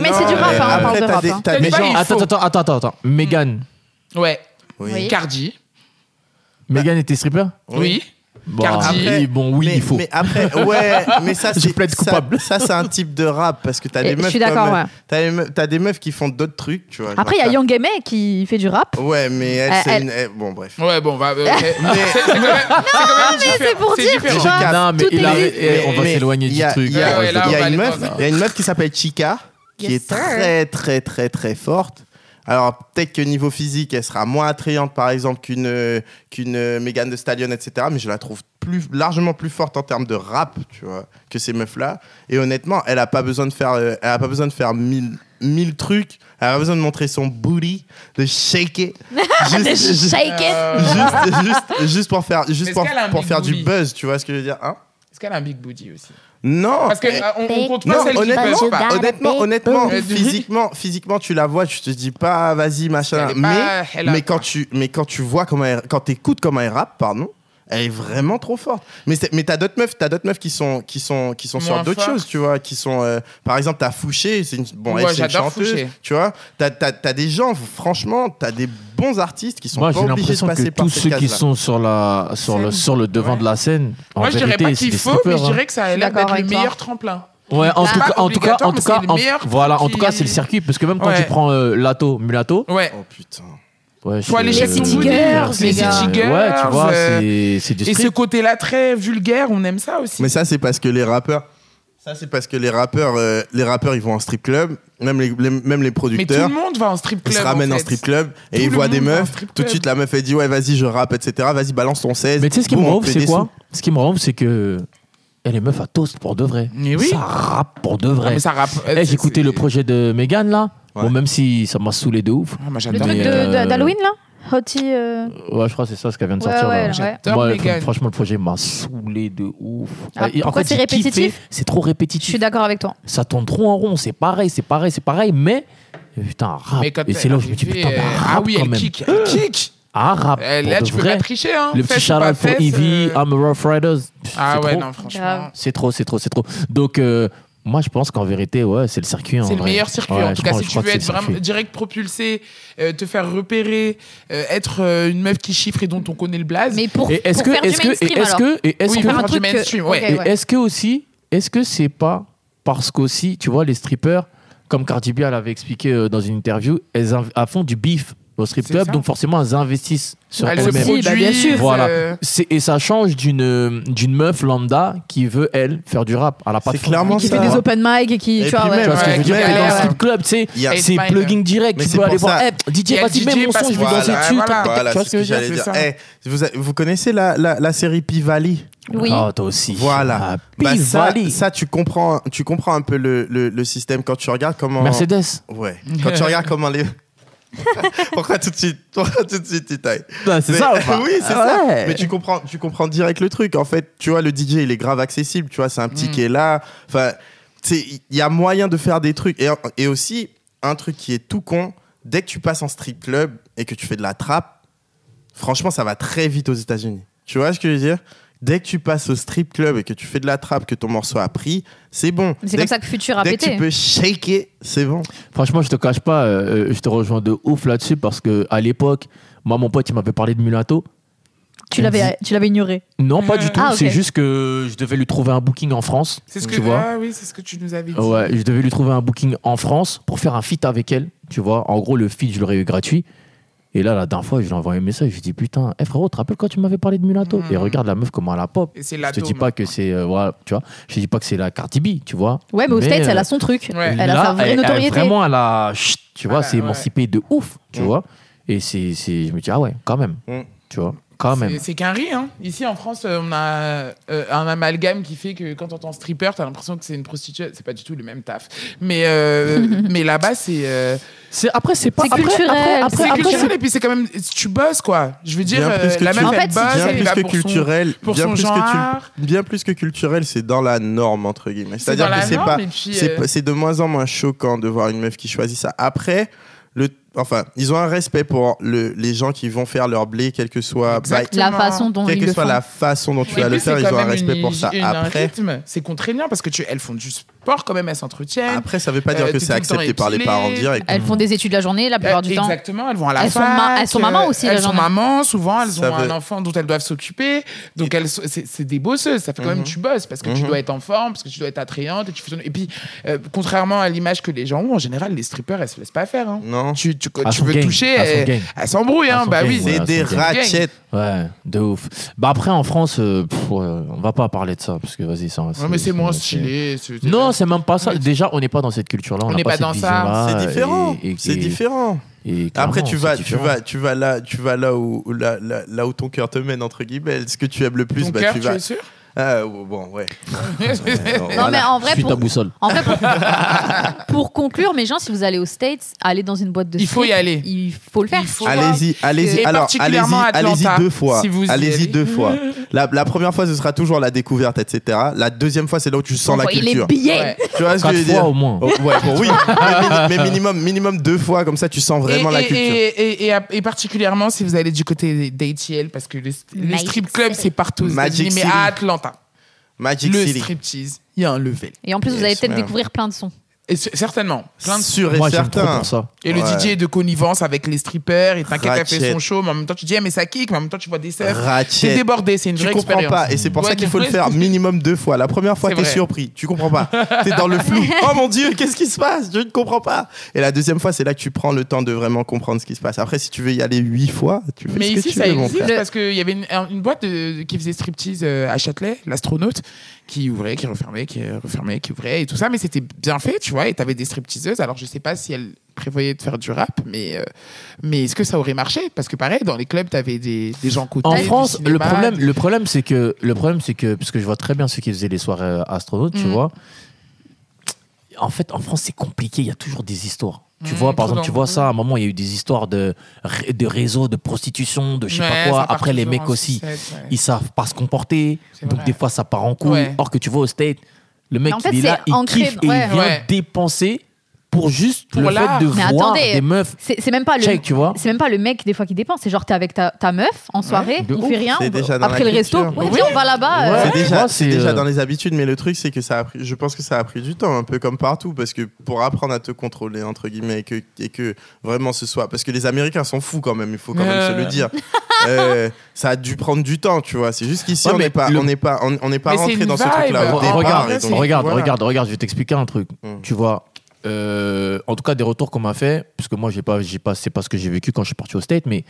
Speaker 1: mais c'est du rap, hein, on
Speaker 4: Non, mais après,
Speaker 1: parle de
Speaker 4: t'as
Speaker 1: rap.
Speaker 4: des-
Speaker 1: hein.
Speaker 4: t'as
Speaker 2: Mais
Speaker 4: des
Speaker 2: genre- [LAUGHS]
Speaker 4: gens-
Speaker 2: il
Speaker 3: attends,
Speaker 2: faut. Hmm.
Speaker 3: attends, attends, attends, attends. Megan.
Speaker 2: [LAUGHS] Ouais,
Speaker 1: Oui.
Speaker 2: Cardi,
Speaker 3: Megan était stripper
Speaker 2: oui.
Speaker 3: Bon,
Speaker 2: Cardi.
Speaker 3: oui, bon, oui,
Speaker 4: mais,
Speaker 3: il faut.
Speaker 4: mais après, ouais, mais ça,
Speaker 3: [LAUGHS] Je
Speaker 4: c'est
Speaker 3: plaide
Speaker 4: ça-
Speaker 3: coupable.
Speaker 4: [LAUGHS] Ça, c'est un type de rap parce que t'as
Speaker 1: Et
Speaker 4: des
Speaker 1: je
Speaker 4: meufs.
Speaker 1: suis d'accord,
Speaker 4: comme-
Speaker 1: ouais.
Speaker 4: T'as des, meufs- t'as des meufs qui font d'autres trucs, tu vois. genre
Speaker 1: Après, il y a
Speaker 4: t'as-
Speaker 1: Young Aimé qui fait du rap.
Speaker 4: Ouais, mais elle,
Speaker 1: Euh,
Speaker 4: c'est
Speaker 1: elle-
Speaker 4: une- elle-
Speaker 1: [LAUGHS]
Speaker 4: Bon, bref.
Speaker 2: Ouais, bon, bah. euh, c'est- c'est quand même. Non,
Speaker 1: Ah, mais c'est pour dire, tu vois.
Speaker 3: Non, mais
Speaker 1: Tout
Speaker 3: il
Speaker 1: est
Speaker 3: a-
Speaker 1: dit.
Speaker 3: eh, on va
Speaker 4: Mais
Speaker 3: s'éloigner
Speaker 4: il y
Speaker 3: du
Speaker 4: a-
Speaker 3: truc.
Speaker 4: Il y a,
Speaker 2: Ouais, ouais, là,
Speaker 4: il y
Speaker 2: on va
Speaker 4: a une
Speaker 2: aller
Speaker 4: meuf,
Speaker 2: prendre.
Speaker 4: il y a une meuf qui s'appelle Chica, qui
Speaker 1: Yes,
Speaker 4: est
Speaker 1: sir.
Speaker 4: très, très, très, très forte. Alors, peut-être que niveau physique, elle sera moins attrayante, par exemple, qu'une euh, qu'une euh, Megan de Stallion, etc. Mais je la trouve plus, largement plus forte en termes de rap, tu vois, que ces meufs-là. Et honnêtement, elle n'a pas besoin de faire, euh, elle a pas besoin de faire mille, mille trucs. Elle a pas besoin de montrer son booty, de
Speaker 1: [LAUGHS]
Speaker 4: shaker.
Speaker 1: De Shake It.
Speaker 2: Euh,
Speaker 4: juste, juste, juste pour faire,
Speaker 2: Mais
Speaker 4: juste pour,
Speaker 2: est-ce qu'elle a un
Speaker 4: pour
Speaker 2: big
Speaker 4: faire du
Speaker 2: booty
Speaker 4: buzz, tu vois ce que je veux dire hein
Speaker 2: Est-ce qu'elle a un big booty aussi
Speaker 4: Non
Speaker 2: Parce qu'on
Speaker 4: Oh, mais-
Speaker 2: on compte
Speaker 4: non,
Speaker 2: pas celle qui
Speaker 4: honnêtement,
Speaker 2: peuvent pas.
Speaker 4: honnêtement, honnêtement,
Speaker 2: booty.
Speaker 4: physiquement, physiquement, tu la vois, tu te dis pas, vas-y, machin.
Speaker 2: Elle est pas-
Speaker 4: Mais,
Speaker 2: elle a-
Speaker 4: mais quand tu, mais quand tu vois comment elle, quand t'écoutes comment elle rappe, pardon, elle est vraiment trop forte. Mais c'est- mais t'as d'autres meufs, t'as d'autres meufs qui sont, qui sont, qui sont sur
Speaker 2: Moins
Speaker 4: d'autres
Speaker 2: fortes.
Speaker 4: choses, tu vois, qui sont, euh, par exemple, t'as Fouché, c'est une, bon,
Speaker 2: Ouais,
Speaker 4: elle, c'est une
Speaker 2: j'adore
Speaker 4: chanteuse,
Speaker 2: Fouché.
Speaker 4: tu vois. T'as, t'as, t'as des gens, franchement, t'as des bons artistes qui sont
Speaker 3: Moi,
Speaker 4: pas
Speaker 3: j'ai
Speaker 4: obligés de
Speaker 3: l'impression
Speaker 4: passer
Speaker 3: que
Speaker 4: par
Speaker 3: tous
Speaker 4: cette
Speaker 3: ceux qui
Speaker 4: case-là.
Speaker 3: sont sur, la, sur, le,
Speaker 2: Scène.
Speaker 3: sur le devant
Speaker 2: Ouais.
Speaker 3: de la scène, en
Speaker 2: Moi, je dirais
Speaker 3: vérité,
Speaker 2: pas
Speaker 3: c'est
Speaker 2: qu'il
Speaker 3: des
Speaker 2: faut, mais
Speaker 3: strippers.
Speaker 2: je
Speaker 3: hein.
Speaker 2: dirais que ça a l'air
Speaker 1: Je suis
Speaker 2: d'être
Speaker 1: d'accord
Speaker 2: le
Speaker 1: avec toi.
Speaker 2: meilleur tremplin.
Speaker 3: Ouais, en
Speaker 2: C'est
Speaker 3: tout
Speaker 2: pas
Speaker 3: cas, en tout cas, en
Speaker 2: obligatoire,
Speaker 3: tout
Speaker 2: mais
Speaker 3: cas,
Speaker 2: c'est le
Speaker 3: en-
Speaker 2: meilleur
Speaker 3: voilà, en
Speaker 2: qui-
Speaker 3: tout cas, c'est le circuit, parce que même quand
Speaker 2: Ouais.
Speaker 3: tu prends euh, Lato, Mulato,
Speaker 2: Ouais.
Speaker 4: Oh putain.
Speaker 3: ouais,
Speaker 2: Faut
Speaker 3: je-
Speaker 2: aller chez
Speaker 3: euh,
Speaker 1: City Girls, les
Speaker 3: c'est-
Speaker 1: gars.
Speaker 3: Ouais, tu vois,
Speaker 2: Euh,
Speaker 3: c'est c'est du
Speaker 2: Et ce
Speaker 3: strip.
Speaker 2: côté-là très vulgaire, on aime ça aussi.
Speaker 4: Mais ça, c'est parce que les rappeurs. Ça, c'est parce que les rappeurs, euh, les rappeurs, ils vont en strip club, même les, les- même les
Speaker 2: Mais tout
Speaker 4: producteurs.
Speaker 2: le monde va en strip
Speaker 4: Ils
Speaker 2: club.
Speaker 4: se ramènent en
Speaker 2: fait.
Speaker 4: strip club et
Speaker 2: Tout
Speaker 4: ils
Speaker 2: le
Speaker 4: voient
Speaker 2: monde
Speaker 4: des
Speaker 2: va en
Speaker 4: meufs.
Speaker 2: strip
Speaker 4: Tout de
Speaker 2: club.
Speaker 4: suite, la meuf, elle dit Ouais, vas-y, je rappe, etc. Vas-y, balance ton 16.
Speaker 3: Mais tu sais ce qui me
Speaker 4: Boum, on
Speaker 3: rend ouf,
Speaker 4: fait
Speaker 3: c'est
Speaker 4: des
Speaker 3: quoi
Speaker 4: sous.
Speaker 3: Ce qui me rend ouf, c'est que. Elle est meuf à toast pour de vrai.
Speaker 2: Mais oui.
Speaker 3: Ça rappe pour de
Speaker 2: Ah,
Speaker 3: vrai.
Speaker 2: mais ça rappe.
Speaker 3: Eh, j'ai écouté le projet de Megan là.
Speaker 4: Ouais.
Speaker 3: Bon, même si ça m'a saoulé de ouf.
Speaker 2: Ah, moi,
Speaker 1: Le
Speaker 3: Mais,
Speaker 2: j'adore.
Speaker 1: truc de-
Speaker 3: euh,
Speaker 1: de- d'Halloween, là Hottie. euh,
Speaker 3: Ouais, je crois que c'est ça ce qu'elle vient de
Speaker 1: Ouais,
Speaker 3: sortir.
Speaker 1: ouais,
Speaker 3: là.
Speaker 1: ouais.
Speaker 2: J'adore
Speaker 3: Moi,
Speaker 2: Megan.
Speaker 3: franchement, le projet m'a saoulé de ouf.
Speaker 1: Ah,
Speaker 3: Et
Speaker 1: pourquoi c'est
Speaker 3: j'ai kiffé,
Speaker 1: répétitif
Speaker 3: C'est trop
Speaker 1: Je suis
Speaker 3: répétitif.
Speaker 1: d'accord avec toi.
Speaker 3: Ça tourne trop en rond. C'est pareil, c'est pareil, c'est pareil. Mais putain, rap.
Speaker 2: Mais quand
Speaker 3: Et
Speaker 2: elle
Speaker 3: c'est là où je me dis
Speaker 2: arrivait,
Speaker 3: putain, mais
Speaker 2: euh,
Speaker 3: rap
Speaker 2: Ah oui,
Speaker 3: quand
Speaker 2: elle
Speaker 3: même.
Speaker 2: kick. Elle kick.
Speaker 3: Ah rap.
Speaker 2: Eh,
Speaker 3: pour
Speaker 2: Là,
Speaker 3: de
Speaker 2: tu peux
Speaker 3: vrai.
Speaker 2: pas tricher. hein.
Speaker 3: Le
Speaker 2: Fesse
Speaker 3: petit
Speaker 2: ou pas
Speaker 3: shout pour
Speaker 2: fesse,
Speaker 3: Evie,
Speaker 2: euh,
Speaker 3: I'm a Rough Riders.
Speaker 2: Ah
Speaker 3: C'est
Speaker 2: ouais,
Speaker 3: trop.
Speaker 2: non,
Speaker 1: Grave.
Speaker 2: franchement.
Speaker 3: C'est trop, c'est trop, c'est trop. Donc, euh, moi, je pense qu'en vérité, ouais, c'est le circuit. en
Speaker 2: C'est le
Speaker 3: vrai.
Speaker 2: meilleur circuit.
Speaker 3: Ouais,
Speaker 2: en
Speaker 3: je
Speaker 2: tout cas,
Speaker 3: crois-
Speaker 2: si
Speaker 3: je
Speaker 2: tu
Speaker 3: crois
Speaker 2: veux
Speaker 3: que
Speaker 2: être
Speaker 3: c'est le
Speaker 2: vraiment
Speaker 3: circuit.
Speaker 2: direct propulsé, euh, te faire repérer, euh, être euh, une meuf qui chiffre et dont on connaît le blaze.
Speaker 1: Mais pour,
Speaker 3: Et est-ce
Speaker 1: pour
Speaker 3: que,
Speaker 1: faire
Speaker 3: est-ce
Speaker 1: du
Speaker 3: que,
Speaker 1: mainstream,
Speaker 3: et est-ce
Speaker 1: alors.
Speaker 3: que, et est-ce
Speaker 2: oui,
Speaker 3: que,
Speaker 2: faire
Speaker 1: un
Speaker 2: du
Speaker 1: truc que-
Speaker 2: mainstream,
Speaker 1: ok,
Speaker 2: ouais.
Speaker 3: et
Speaker 1: ouais.
Speaker 3: est-ce que aussi, est-ce que c'est pas parce qu'aussi, tu vois, les strippers, comme Cardi B elle avait expliqué euh, dans une interview, elles inv- elles font du beef au strip
Speaker 2: C'est
Speaker 3: club,
Speaker 2: ça.
Speaker 3: donc forcément elles investissent sur
Speaker 2: Elle se
Speaker 3: elles-mêmes.
Speaker 1: produit,
Speaker 2: produit.
Speaker 1: bah, bien sûr.
Speaker 3: Voilà. C'est- Et ça change d'une euh, d'une meuf lambda qui veut, elle, faire du rap. Elle a pas
Speaker 4: C'est
Speaker 3: de fond.
Speaker 4: clairement
Speaker 1: Qui
Speaker 4: ça.
Speaker 1: fait des open mic et qui.
Speaker 4: Et
Speaker 1: tu vois,
Speaker 4: puis
Speaker 1: ouais.
Speaker 4: même,
Speaker 3: Tu vois ce que je veux dire
Speaker 2: Ouais,
Speaker 3: Mais dans le
Speaker 2: ouais.
Speaker 3: strip club, tu sais,
Speaker 4: Il y a-
Speaker 2: Et-
Speaker 3: c'est
Speaker 2: Fine.
Speaker 3: plugging direct.
Speaker 4: Mais
Speaker 3: tu
Speaker 4: c'est
Speaker 3: peux aller
Speaker 4: pour
Speaker 3: voir.
Speaker 4: ça.
Speaker 3: Eh,
Speaker 2: Il y
Speaker 3: DJ,
Speaker 2: a
Speaker 3: vas-y,
Speaker 2: DJ,
Speaker 3: mets mon son, je vais
Speaker 2: passe-moi.
Speaker 3: danser
Speaker 2: Voilà,
Speaker 3: dessus. tac,
Speaker 2: voilà.
Speaker 3: tac, tac.
Speaker 4: Voilà,
Speaker 3: Tu vois
Speaker 4: c'est
Speaker 3: je
Speaker 4: ce que
Speaker 3: veux dire
Speaker 4: j'allais
Speaker 2: dire,
Speaker 4: dire.
Speaker 2: c'est
Speaker 4: Eh, vous, vous connaissez la, la, la série Pivali
Speaker 1: Oui.
Speaker 3: Ah, toi aussi.
Speaker 4: Voilà.
Speaker 3: Ah,
Speaker 4: Bah, ça,
Speaker 3: Pivali.
Speaker 4: ça, tu comprends, tu comprends un peu le, le, le système quand tu regardes comment.
Speaker 3: Mercedes.
Speaker 4: Ouais. Quand tu regardes
Speaker 2: [LAUGHS]
Speaker 4: comment les. [LAUGHS] Pourquoi tout de suite Pourquoi tout de suite tu tailles
Speaker 3: Bah, c'est
Speaker 4: Mais- [LAUGHS]
Speaker 3: ça
Speaker 4: Oui, c'est ça. Mais tu comprends, tu comprends direct le truc. En fait, tu vois, le DJ, il est grave accessible. Tu vois, c'est un petit
Speaker 2: Mm.
Speaker 4: qui est là. Enfin, tu sais, il y a moyen de faire des trucs. Et, et aussi, un truc qui est tout con, dès que tu passes en strip club et que tu fais de la trappe, franchement, ça va très vite aux États-Unis. Tu vois ce que je veux dire Dès que tu passes au strip club et que tu fais de la trappe, que ton morceau a pris, c'est bon.
Speaker 1: C'est
Speaker 4: Dès
Speaker 1: comme
Speaker 4: que-
Speaker 1: ça que Futur a
Speaker 4: Dès que tu
Speaker 1: pété.
Speaker 4: peux shaker, c'est bon.
Speaker 3: Franchement, je te cache pas, euh, euh, je te rejoins de ouf là-dessus parce que à l'époque, moi, mon pote, il m'avait parlé de Mulatto.
Speaker 1: Tu l'avais tu l'avais ignoré.
Speaker 3: Non, pas du tout.
Speaker 1: Ah, ok.
Speaker 3: C'est juste que je devais lui trouver un booking en France.
Speaker 2: C'est ce
Speaker 3: tu
Speaker 2: que
Speaker 3: vois.
Speaker 2: ah oui, c'est ce que tu nous avais dit.
Speaker 3: Ouais, je devais lui trouver un booking en France pour faire un feat avec elle. Tu vois, en gros, le feat, je l'aurais eu gratuit. Et là, la dernière fois, je lui ai envoyé un message. Je lui ai dit Putain, eh, frérot, te rappelles quand tu m'avais parlé de Mulatto
Speaker 2: Mhm.
Speaker 3: Et regarde la meuf, comment elle a pop.
Speaker 2: Et c'est
Speaker 3: Je
Speaker 2: la
Speaker 3: te dis pas que c'est. euh, voilà, tu vois, je te dis pas que c'est la Cardi B, tu vois.
Speaker 1: Ouais, mais aux States,
Speaker 3: euh,
Speaker 1: elle a son truc.
Speaker 2: Ouais.
Speaker 1: Elle a
Speaker 3: Là,
Speaker 1: sa vraie
Speaker 3: elle- elle-
Speaker 1: notoriété.
Speaker 3: vraiment, elle a. chut, tu vois,
Speaker 2: Voilà,
Speaker 3: c'est
Speaker 2: ouais.
Speaker 3: émancipé de ouf, tu
Speaker 4: Mm.
Speaker 3: vois. Et c'est, c'est- je me dis, ah ouais, quand même.
Speaker 4: Mm.
Speaker 3: Tu vois. Quand même.
Speaker 2: C'est- C'est qu'un riz. Hein. Ici, en France, euh, on a euh, un amalgame qui fait que quand t'entends stripper, t'as l'impression que c'est une prostituée. C'est pas du tout le même taf. Mais, euh, mais là-bas, c'est. euh,
Speaker 3: C'est- Après, c'est pas.
Speaker 1: C'est
Speaker 3: après-
Speaker 1: culturel,
Speaker 3: après- après-
Speaker 1: c'est
Speaker 2: c'est
Speaker 3: après,
Speaker 2: culturel et puis c'est quand même. Tu bosses, quoi. Je veux dire,
Speaker 4: Bien
Speaker 2: euh,
Speaker 4: plus que
Speaker 2: la
Speaker 4: tu-
Speaker 2: même
Speaker 1: En fait,
Speaker 2: elle bosse,
Speaker 1: si-
Speaker 4: Bien
Speaker 2: elle y
Speaker 4: plus
Speaker 2: va
Speaker 4: que
Speaker 2: pour son-
Speaker 4: culturel,
Speaker 2: pour
Speaker 4: bien
Speaker 2: son
Speaker 4: plus que
Speaker 2: genre.
Speaker 4: tu- bien plus que culturel, c'est dans la norme entre guillemets.
Speaker 2: C'est
Speaker 4: C'est-à-dire
Speaker 2: dans
Speaker 4: que
Speaker 2: la
Speaker 4: c'est
Speaker 2: norme,
Speaker 4: pas
Speaker 2: et puis,
Speaker 4: c'est
Speaker 2: euh,
Speaker 4: pas- c'est de moins en moins choquant de voir une meuf qui choisit ça. Après, le, enfin, ils ont un respect pour le, les gens qui vont faire leur blé, quel que soit,
Speaker 2: Exact.
Speaker 1: La
Speaker 2: Exactement.
Speaker 1: façon dont
Speaker 4: quelle
Speaker 1: ils
Speaker 4: que
Speaker 1: le
Speaker 4: soit
Speaker 1: font.
Speaker 4: la façon dont tu
Speaker 2: Et
Speaker 4: vas bah, le
Speaker 2: puis,
Speaker 4: faire,
Speaker 2: c'est
Speaker 4: ils
Speaker 2: quand
Speaker 4: ont un
Speaker 2: même
Speaker 4: respect
Speaker 2: une- hein.
Speaker 4: pour ça.
Speaker 2: une- un
Speaker 4: Après,
Speaker 2: rythme. c'est contraignant parce que tu, elles font du sport quand même, elles s'entretiennent.
Speaker 4: après, ça veut pas dire
Speaker 2: Euh,
Speaker 4: que
Speaker 2: t'es
Speaker 4: c'est
Speaker 2: tout le temps
Speaker 4: accepté par les
Speaker 2: épilée.
Speaker 4: parents direct.
Speaker 2: Euh, Mhm.
Speaker 5: Elles font des études la journée, la plupart du temps.
Speaker 2: Exactement, elles vont à la
Speaker 5: Elles sont
Speaker 2: fac,
Speaker 5: ma- elles sont
Speaker 2: euh,
Speaker 5: mamans aussi, les
Speaker 2: Elles sont
Speaker 5: journées.
Speaker 2: mamans, souvent elles
Speaker 4: Ça
Speaker 2: ont un
Speaker 4: veut-
Speaker 2: enfant dont elles doivent s'occuper. Donc elles sont- c'est c'est des bosseuses, ça fait quand même
Speaker 4: Mhm.
Speaker 2: tu bosses parce que tu
Speaker 4: Mhm.
Speaker 2: dois être en forme, parce que tu dois être attrayante et tu fais ton- et puis euh, contrairement à l'image que les gens ont en général, les strippers elles se laissent pas faire hein.
Speaker 4: Non,
Speaker 2: Tu tu,
Speaker 3: À
Speaker 2: tu
Speaker 3: son
Speaker 2: veux
Speaker 3: gang,
Speaker 2: toucher,
Speaker 3: à son gang.
Speaker 2: elles elles s'embrouillent
Speaker 3: À
Speaker 2: hein,
Speaker 3: son
Speaker 2: bah
Speaker 3: gang,
Speaker 2: oui.
Speaker 3: ouais.
Speaker 4: c'est
Speaker 3: c'est
Speaker 4: des
Speaker 3: une gang.
Speaker 4: ratchettes.
Speaker 3: Ouais, de ouf. Bah après, en France, euh, pff, ouais, on va pas parler de ça parce que vas-y, ça.
Speaker 2: Non mais c'est moins stylé. c'est-
Speaker 3: Non, c'est même pas ça.
Speaker 2: Mais-
Speaker 3: Déjà, on n'est pas dans cette culture-là. On
Speaker 2: On
Speaker 3: n'a
Speaker 2: n'est pas
Speaker 3: cette
Speaker 2: dans ça.
Speaker 3: vision-là,
Speaker 4: C'est
Speaker 3: Ah, et-
Speaker 4: différent.
Speaker 3: et-
Speaker 4: C'est
Speaker 3: et-
Speaker 4: différent.
Speaker 3: et clairement,
Speaker 4: Après, tu
Speaker 3: c'est
Speaker 4: vas, tu
Speaker 3: différent.
Speaker 4: vas, tu vas là, tu vas là où, où là, là, là où ton cœur te mène entre guillemets. Ce que tu aimes le plus,
Speaker 2: Ton
Speaker 4: bah
Speaker 2: cœur,
Speaker 4: tu
Speaker 2: tu,
Speaker 4: vas.
Speaker 2: es sûr
Speaker 4: Ah, bon, [LAUGHS]
Speaker 2: [LAUGHS]
Speaker 4: ouais.
Speaker 2: Moi,
Speaker 5: Non, mais en
Speaker 3: Je
Speaker 5: vrai,
Speaker 3: suis
Speaker 5: pour,
Speaker 3: ta boussole.
Speaker 5: en vrai,
Speaker 2: [LAUGHS]
Speaker 5: pour- pour conclure, mes gens, si vous allez aux States, allez dans une boîte de
Speaker 2: Il faut y
Speaker 5: strip,
Speaker 2: aller.
Speaker 5: Il faut le faire.
Speaker 2: Il faut-
Speaker 4: Allez-y, allez-y.
Speaker 2: Et
Speaker 4: Alors, allez-y,
Speaker 2: particulièrement à
Speaker 4: allez-y
Speaker 2: Atlanta,
Speaker 4: deux fois.
Speaker 2: si vous y
Speaker 4: allez-y
Speaker 2: allez. [LAUGHS]
Speaker 4: deux fois. La, la première fois, ce sera toujours la découverte, etc. La deuxième fois, c'est là où tu sens la
Speaker 5: Envoyez les
Speaker 4: culture.
Speaker 5: billets.
Speaker 2: Ouais.
Speaker 4: Tu vois ce que je
Speaker 3: Quatre
Speaker 4: veux
Speaker 3: fois
Speaker 4: dire
Speaker 3: au moins.
Speaker 4: Oh, Ouais, bon,
Speaker 2: [LAUGHS]
Speaker 4: oui. mais, mini- mais minimum, minimum deux fois, comme ça, tu sens vraiment
Speaker 2: et,
Speaker 4: la
Speaker 2: et-
Speaker 4: culture.
Speaker 2: Et, et- et à- et particulièrement si vous allez du côté d'ATL, parce que les, les
Speaker 5: Magic
Speaker 2: strip clubs, c'est partout aux
Speaker 4: Magic
Speaker 2: États-Unis, mais
Speaker 4: City.
Speaker 2: à Atlanta,
Speaker 4: Magic
Speaker 2: le
Speaker 4: City.
Speaker 2: striptease, il y a un level.
Speaker 5: Et en plus, vous
Speaker 4: Yes,
Speaker 5: allez peut-être
Speaker 4: man.
Speaker 5: découvrir plein de sons.
Speaker 2: Et ce- certainement. Plein de...
Speaker 4: Sûr et
Speaker 3: Moi, j'aime trop
Speaker 4: certain.
Speaker 3: pour ça.
Speaker 2: Et
Speaker 4: Ouais.
Speaker 2: le DJ est de connivence avec les strippers, et t'inquiète, elle fait
Speaker 4: Ratchet.
Speaker 2: son show, mais en même temps, tu dis, eh, mais ça kick, mais en même temps, tu vois des seufs. C'est
Speaker 4: Ratchet.
Speaker 2: débordé, c'est une
Speaker 4: Tu
Speaker 2: vraie
Speaker 4: comprends
Speaker 2: expérience.
Speaker 4: pas, et c'est pour
Speaker 2: Ouais,
Speaker 4: ça qu'il
Speaker 2: [LAUGHS]
Speaker 4: faut le
Speaker 2: t'es-
Speaker 4: faire minimum deux fois. La première fois,
Speaker 2: C'est
Speaker 4: t'es
Speaker 2: vrai.
Speaker 4: surpris, tu comprends pas. T'es dans
Speaker 2: [LAUGHS]
Speaker 4: le flou. Oh mon dieu, qu'est-ce qui se passe Je ne comprends pas. Et la deuxième fois, c'est là que tu prends le temps de vraiment comprendre ce qui se passe. Après, si tu veux y aller huit fois, tu fais
Speaker 2: Mais
Speaker 4: ce
Speaker 2: ici,
Speaker 4: que tu
Speaker 2: ça
Speaker 4: veux, mon
Speaker 2: existe
Speaker 4: frère.
Speaker 2: parce qu'il y avait une, un- une boîte de- qui faisait striptease euh, à Châtelet, l'astronaute, qui ouvrait, qui refermait, qui euh, refermait, qui ouvrait et tout ça. Mais c'était bien fait, tu vois. Et t'avais des stripteaseuses. Alors, je sais pas si elles prévoyaient de faire du rap, mais, euh, mais est-ce que ça aurait marché Parce que pareil, dans les clubs, t'avais des, des gens côté.
Speaker 3: En
Speaker 2: du
Speaker 3: France, le
Speaker 2: cinéma,
Speaker 3: problème,
Speaker 2: des-
Speaker 3: le problème, c'est que le problème, c'est que parce que je vois très bien ceux qui faisaient les soirées euh, astronautes, tu
Speaker 2: Mm.
Speaker 3: vois. En fait, en France, c'est compliqué. Il y a toujours des histoires. Tu
Speaker 2: Mm,
Speaker 3: vois, par
Speaker 2: trop
Speaker 3: exemple, tu
Speaker 2: dangereux.
Speaker 3: vois ça, à un moment, il y a eu des histoires de, ré- de réseaux, de prostitution, de je sais
Speaker 2: Ouais,
Speaker 3: pas quoi.
Speaker 2: ça part
Speaker 3: Après, les
Speaker 2: toujours
Speaker 3: mecs
Speaker 2: en
Speaker 3: aussi,
Speaker 2: sucette, ouais.
Speaker 3: ils savent pas se comporter.
Speaker 2: C'est
Speaker 3: Donc,
Speaker 2: vrai.
Speaker 3: des fois, ça part en couille.
Speaker 2: Ouais.
Speaker 3: Or que tu vois au State, le mec,
Speaker 5: Mais en fait,
Speaker 3: il est là,
Speaker 5: c'est
Speaker 3: il
Speaker 5: ancré-
Speaker 3: kiffe et
Speaker 5: ouais.
Speaker 3: il vient
Speaker 2: Ouais.
Speaker 3: dépenser pour juste
Speaker 2: Pour
Speaker 3: le
Speaker 2: l'art.
Speaker 3: fait de
Speaker 5: Mais
Speaker 3: voir
Speaker 5: attendez.
Speaker 3: des meufs.
Speaker 5: C'est c'est même pas le.
Speaker 3: Check, tu vois.
Speaker 5: C'est même pas le mec des fois qui dépense. C'est genre t'es avec ta, ta meuf en soirée,
Speaker 3: de
Speaker 5: on
Speaker 3: ouf.
Speaker 5: fait rien.
Speaker 4: C'est
Speaker 5: on va-
Speaker 4: déjà dans
Speaker 5: après
Speaker 4: la
Speaker 5: le resto,
Speaker 4: culture.
Speaker 5: ouais, viens, on va là-bas. euh,
Speaker 3: Ouais.
Speaker 4: C'est déjà,
Speaker 3: Moi,
Speaker 4: c'est
Speaker 3: c'est,
Speaker 4: déjà
Speaker 3: euh,
Speaker 4: dans les habitudes, mais le truc, c'est que ça a pris, je pense que ça a pris du temps, un peu comme partout, parce que pour apprendre à te contrôler, entre guillemets, et que, et que vraiment ce soit. Parce que les Américains sont fous quand même, il faut quand même
Speaker 2: Euh.
Speaker 4: se le dire. Euh, ça a dû prendre du temps, tu vois. C'est juste qu'ici,
Speaker 3: Ouais,
Speaker 4: on
Speaker 3: mais
Speaker 4: n'est pas,
Speaker 3: le-
Speaker 4: on n'est pas, on, on n'est pas
Speaker 2: Mais c'est
Speaker 4: rentré
Speaker 2: une
Speaker 4: dans ce
Speaker 2: vibe.
Speaker 4: truc-là. au
Speaker 2: Re-
Speaker 3: Re-
Speaker 4: départ,
Speaker 3: regarde,
Speaker 4: et
Speaker 2: c'est-
Speaker 4: donc-
Speaker 3: regarde,
Speaker 4: voilà.
Speaker 3: regarde, regarde, je vais t'expliquer un truc.
Speaker 4: Mm.
Speaker 3: Tu vois, euh, en tout cas des retours qu'on m'a fait, parce que moi j'ai pas, j'ai pas, c'est pas ce que j'ai vécu quand je suis parti au State, mais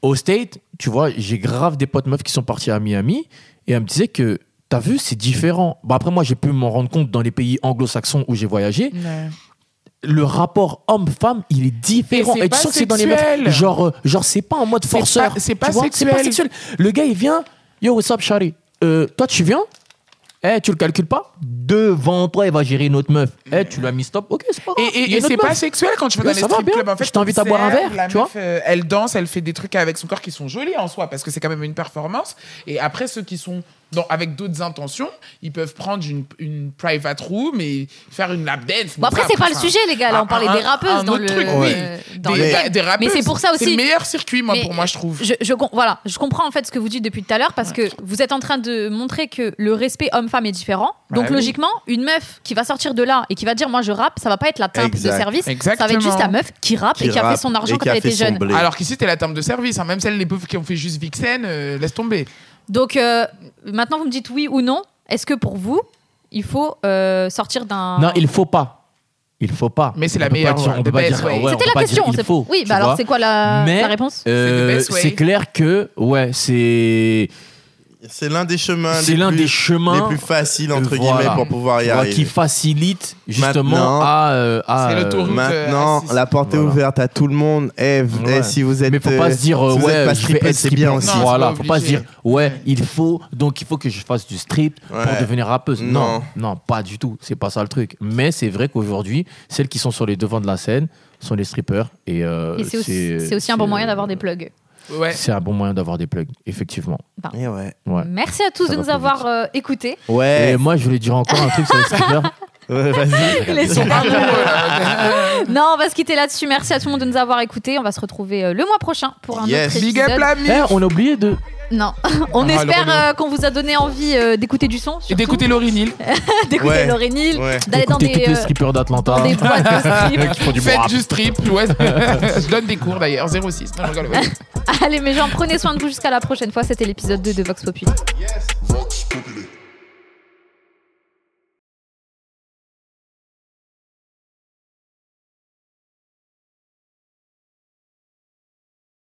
Speaker 3: au State, tu vois, j'ai grave des potes meufs qui sont partis à Miami et elles me disaient que t'as vu, c'est différent. Bah après moi j'ai pu m'en rendre compte dans les pays anglo-saxons où j'ai voyagé,
Speaker 2: Ouais.
Speaker 3: le rapport homme-femme il est différent.
Speaker 2: Et c'est pas
Speaker 3: tu sens que c'est dans les
Speaker 2: sexuel.
Speaker 3: meufs, genre, euh, genre c'est pas en mode
Speaker 2: C'est
Speaker 3: forceur.
Speaker 2: pas- c'est
Speaker 3: tu
Speaker 2: pas
Speaker 3: vois,
Speaker 2: sexuel.
Speaker 3: Le gars il vient, yo what's up Charlie, Euh, toi tu viens. Eh, tu le calcules pas Devant toi, il va gérer une autre meuf. Eh, tu l'as mis stop. Ok, c'est pas
Speaker 2: Et,
Speaker 3: grave.
Speaker 2: et-
Speaker 3: il y a
Speaker 2: et
Speaker 3: une autre
Speaker 2: c'est pas
Speaker 3: meuf.
Speaker 2: sexuel quand tu vas
Speaker 3: Ouais,
Speaker 2: dans les
Speaker 3: ça va
Speaker 2: strip
Speaker 3: bien.
Speaker 2: clubs. En fait,
Speaker 3: Je t'invite à boire un
Speaker 2: t'observes,
Speaker 3: verre,
Speaker 2: la
Speaker 3: tu vois.
Speaker 2: meuf, euh, elle danse, elle fait des trucs avec son corps qui sont jolis en soi, parce que c'est quand même une performance. Et après, ceux qui sont dans- avec d'autres intentions, ils peuvent prendre une, une private room et faire une lap dance.
Speaker 5: Bon, après,
Speaker 2: ça,
Speaker 5: c'est pas le
Speaker 2: ça-
Speaker 5: sujet, les gars. Là, on
Speaker 2: un-
Speaker 5: parlait
Speaker 2: un-
Speaker 5: des rappeuses
Speaker 2: un
Speaker 5: dans
Speaker 2: autre
Speaker 5: le.
Speaker 2: truc,
Speaker 4: oui.
Speaker 5: euh, dans
Speaker 2: Des,
Speaker 5: le
Speaker 2: des-
Speaker 5: thème.
Speaker 2: des rappeuses,
Speaker 5: Mais c'est pour ça aussi.
Speaker 2: C'est le meilleur circuit, moi,
Speaker 5: Mais-
Speaker 2: pour moi, je trouve.
Speaker 5: Je, je com- voilà, je comprends en fait ce que vous dites depuis tout à l'heure parce que vous êtes en train de montrer que le respect homme-femme est différent.
Speaker 2: Bah
Speaker 5: Donc
Speaker 2: oui.
Speaker 5: logiquement, une meuf qui va sortir de là et qui va dire moi je rappe, ça va pas être la timbre de
Speaker 4: Exact.
Speaker 5: service, ça va
Speaker 2: Exactement.
Speaker 5: être juste la meuf qui rappe et qui a
Speaker 4: rappe
Speaker 5: fait son argent
Speaker 4: et
Speaker 5: quand
Speaker 4: qui a
Speaker 5: elle
Speaker 4: fait
Speaker 5: était
Speaker 4: son
Speaker 5: jeune.
Speaker 4: blé.
Speaker 2: Alors qu'ici, t'es la table de service. hein. Même celles, les pauvres qui ont fait juste Vixen, euh, laisse tomber.
Speaker 5: Donc euh, maintenant vous me dites oui ou non. Est-ce que pour vous il faut euh, sortir d'un
Speaker 3: Non, il faut pas. Il faut pas.
Speaker 2: Mais c'est la
Speaker 3: On peut pas
Speaker 2: meilleure,
Speaker 3: dire-
Speaker 2: ouais,
Speaker 3: on peut
Speaker 2: the
Speaker 3: pas
Speaker 2: best
Speaker 3: dire.
Speaker 2: way.
Speaker 3: ouais, on
Speaker 5: C'était
Speaker 3: peut
Speaker 5: la
Speaker 3: pas
Speaker 5: question.
Speaker 3: dire il
Speaker 5: c'est-
Speaker 3: faut,
Speaker 5: oui,
Speaker 3: tu
Speaker 5: bah alors
Speaker 3: vois.
Speaker 5: c'est quoi la,
Speaker 3: Mais,
Speaker 5: la réponse
Speaker 3: Euh,
Speaker 2: C'est the best way.
Speaker 3: c'est clair que ouais, c'est
Speaker 4: C'est l'un des chemins.
Speaker 3: C'est
Speaker 4: les
Speaker 3: l'un
Speaker 4: plus-
Speaker 3: des chemins
Speaker 4: les plus faciles entre
Speaker 3: Voilà.
Speaker 4: guillemets pour pouvoir y
Speaker 3: voilà, qui
Speaker 4: arriver.
Speaker 3: facilite justement
Speaker 4: Maintenant-
Speaker 3: à, euh, à,
Speaker 2: C'est l'autoroute.
Speaker 3: euh,
Speaker 4: Maintenant,
Speaker 2: Euh,
Speaker 4: la porte est
Speaker 3: Voilà.
Speaker 4: ouverte à tout le monde. Eh, v- eh,
Speaker 3: Ouais.
Speaker 4: si vous êtes
Speaker 3: mais faut pas
Speaker 4: euh,
Speaker 3: se dire euh,
Speaker 4: si vous êtes
Speaker 3: ouais
Speaker 4: pas
Speaker 3: je vais
Speaker 4: stripper,
Speaker 3: être
Speaker 4: c'est bien
Speaker 3: stripper.
Speaker 4: aussi.
Speaker 2: Non,
Speaker 3: voilà
Speaker 2: c'est pas
Speaker 3: faut pas se
Speaker 2: obligé.
Speaker 3: dire ouais
Speaker 2: Ouais.
Speaker 3: il faut donc il faut que je fasse du strip pour
Speaker 4: Ouais.
Speaker 3: devenir rappeuse non
Speaker 4: Non.
Speaker 3: non pas du tout c'est pas ça le truc mais c'est vrai qu'aujourd'hui celles qui sont sur les devants de la scène sont les strippers et, euh,
Speaker 1: Et c'est aussi, c'est aussi un bon
Speaker 3: c'est-
Speaker 1: moyen d'avoir des plugs.
Speaker 2: Ouais.
Speaker 3: c'est un bon moyen d'avoir des plugs effectivement
Speaker 4: Eh ouais.
Speaker 3: ouais
Speaker 1: Merci à tous
Speaker 3: Ça
Speaker 1: de
Speaker 3: va
Speaker 1: nous
Speaker 3: plus
Speaker 1: avoir euh, écoutés.
Speaker 4: Ouais.
Speaker 3: et moi je voulais dire encore un truc sur
Speaker 1: [LAUGHS]
Speaker 3: les strippers
Speaker 4: Ouais, Vas-y.
Speaker 1: Les-
Speaker 2: Ah, non, euh,
Speaker 1: [LAUGHS] non, on va se quitter là-dessus. Merci à tout le monde de nous avoir écoutés. On va se retrouver euh, le mois prochain pour un
Speaker 4: Yes.
Speaker 1: autre
Speaker 2: Big
Speaker 1: épisode.
Speaker 2: up la mif.
Speaker 3: Eh, on a oublié de
Speaker 1: Non, [LAUGHS] on
Speaker 2: Ah,
Speaker 1: espère
Speaker 2: le
Speaker 1: euh, qu'on vous a donné envie euh, d'écouter du son,
Speaker 2: Et
Speaker 1: surtout,
Speaker 2: d'écouter Laurie Neal.
Speaker 1: [LAUGHS] d'écouter
Speaker 4: Ouais.
Speaker 1: Laurie Neal,
Speaker 4: Ouais.
Speaker 1: d'aller dans
Speaker 3: écouter
Speaker 1: des,
Speaker 3: tous les
Speaker 1: euh,
Speaker 3: strippers d'Atlanta
Speaker 1: dans des boîtes de strip.
Speaker 3: qui font du
Speaker 2: Faites
Speaker 3: rap.
Speaker 2: du strip.
Speaker 3: [LAUGHS]
Speaker 2: Ouais. Je donne des cours d'ailleurs. 06. Non, je rigole. ouais.
Speaker 1: Allez, mes gens, prenez soin de vous jusqu'à la prochaine fois. C'était l'épisode 2 de Vox Populi.
Speaker 4: Yes.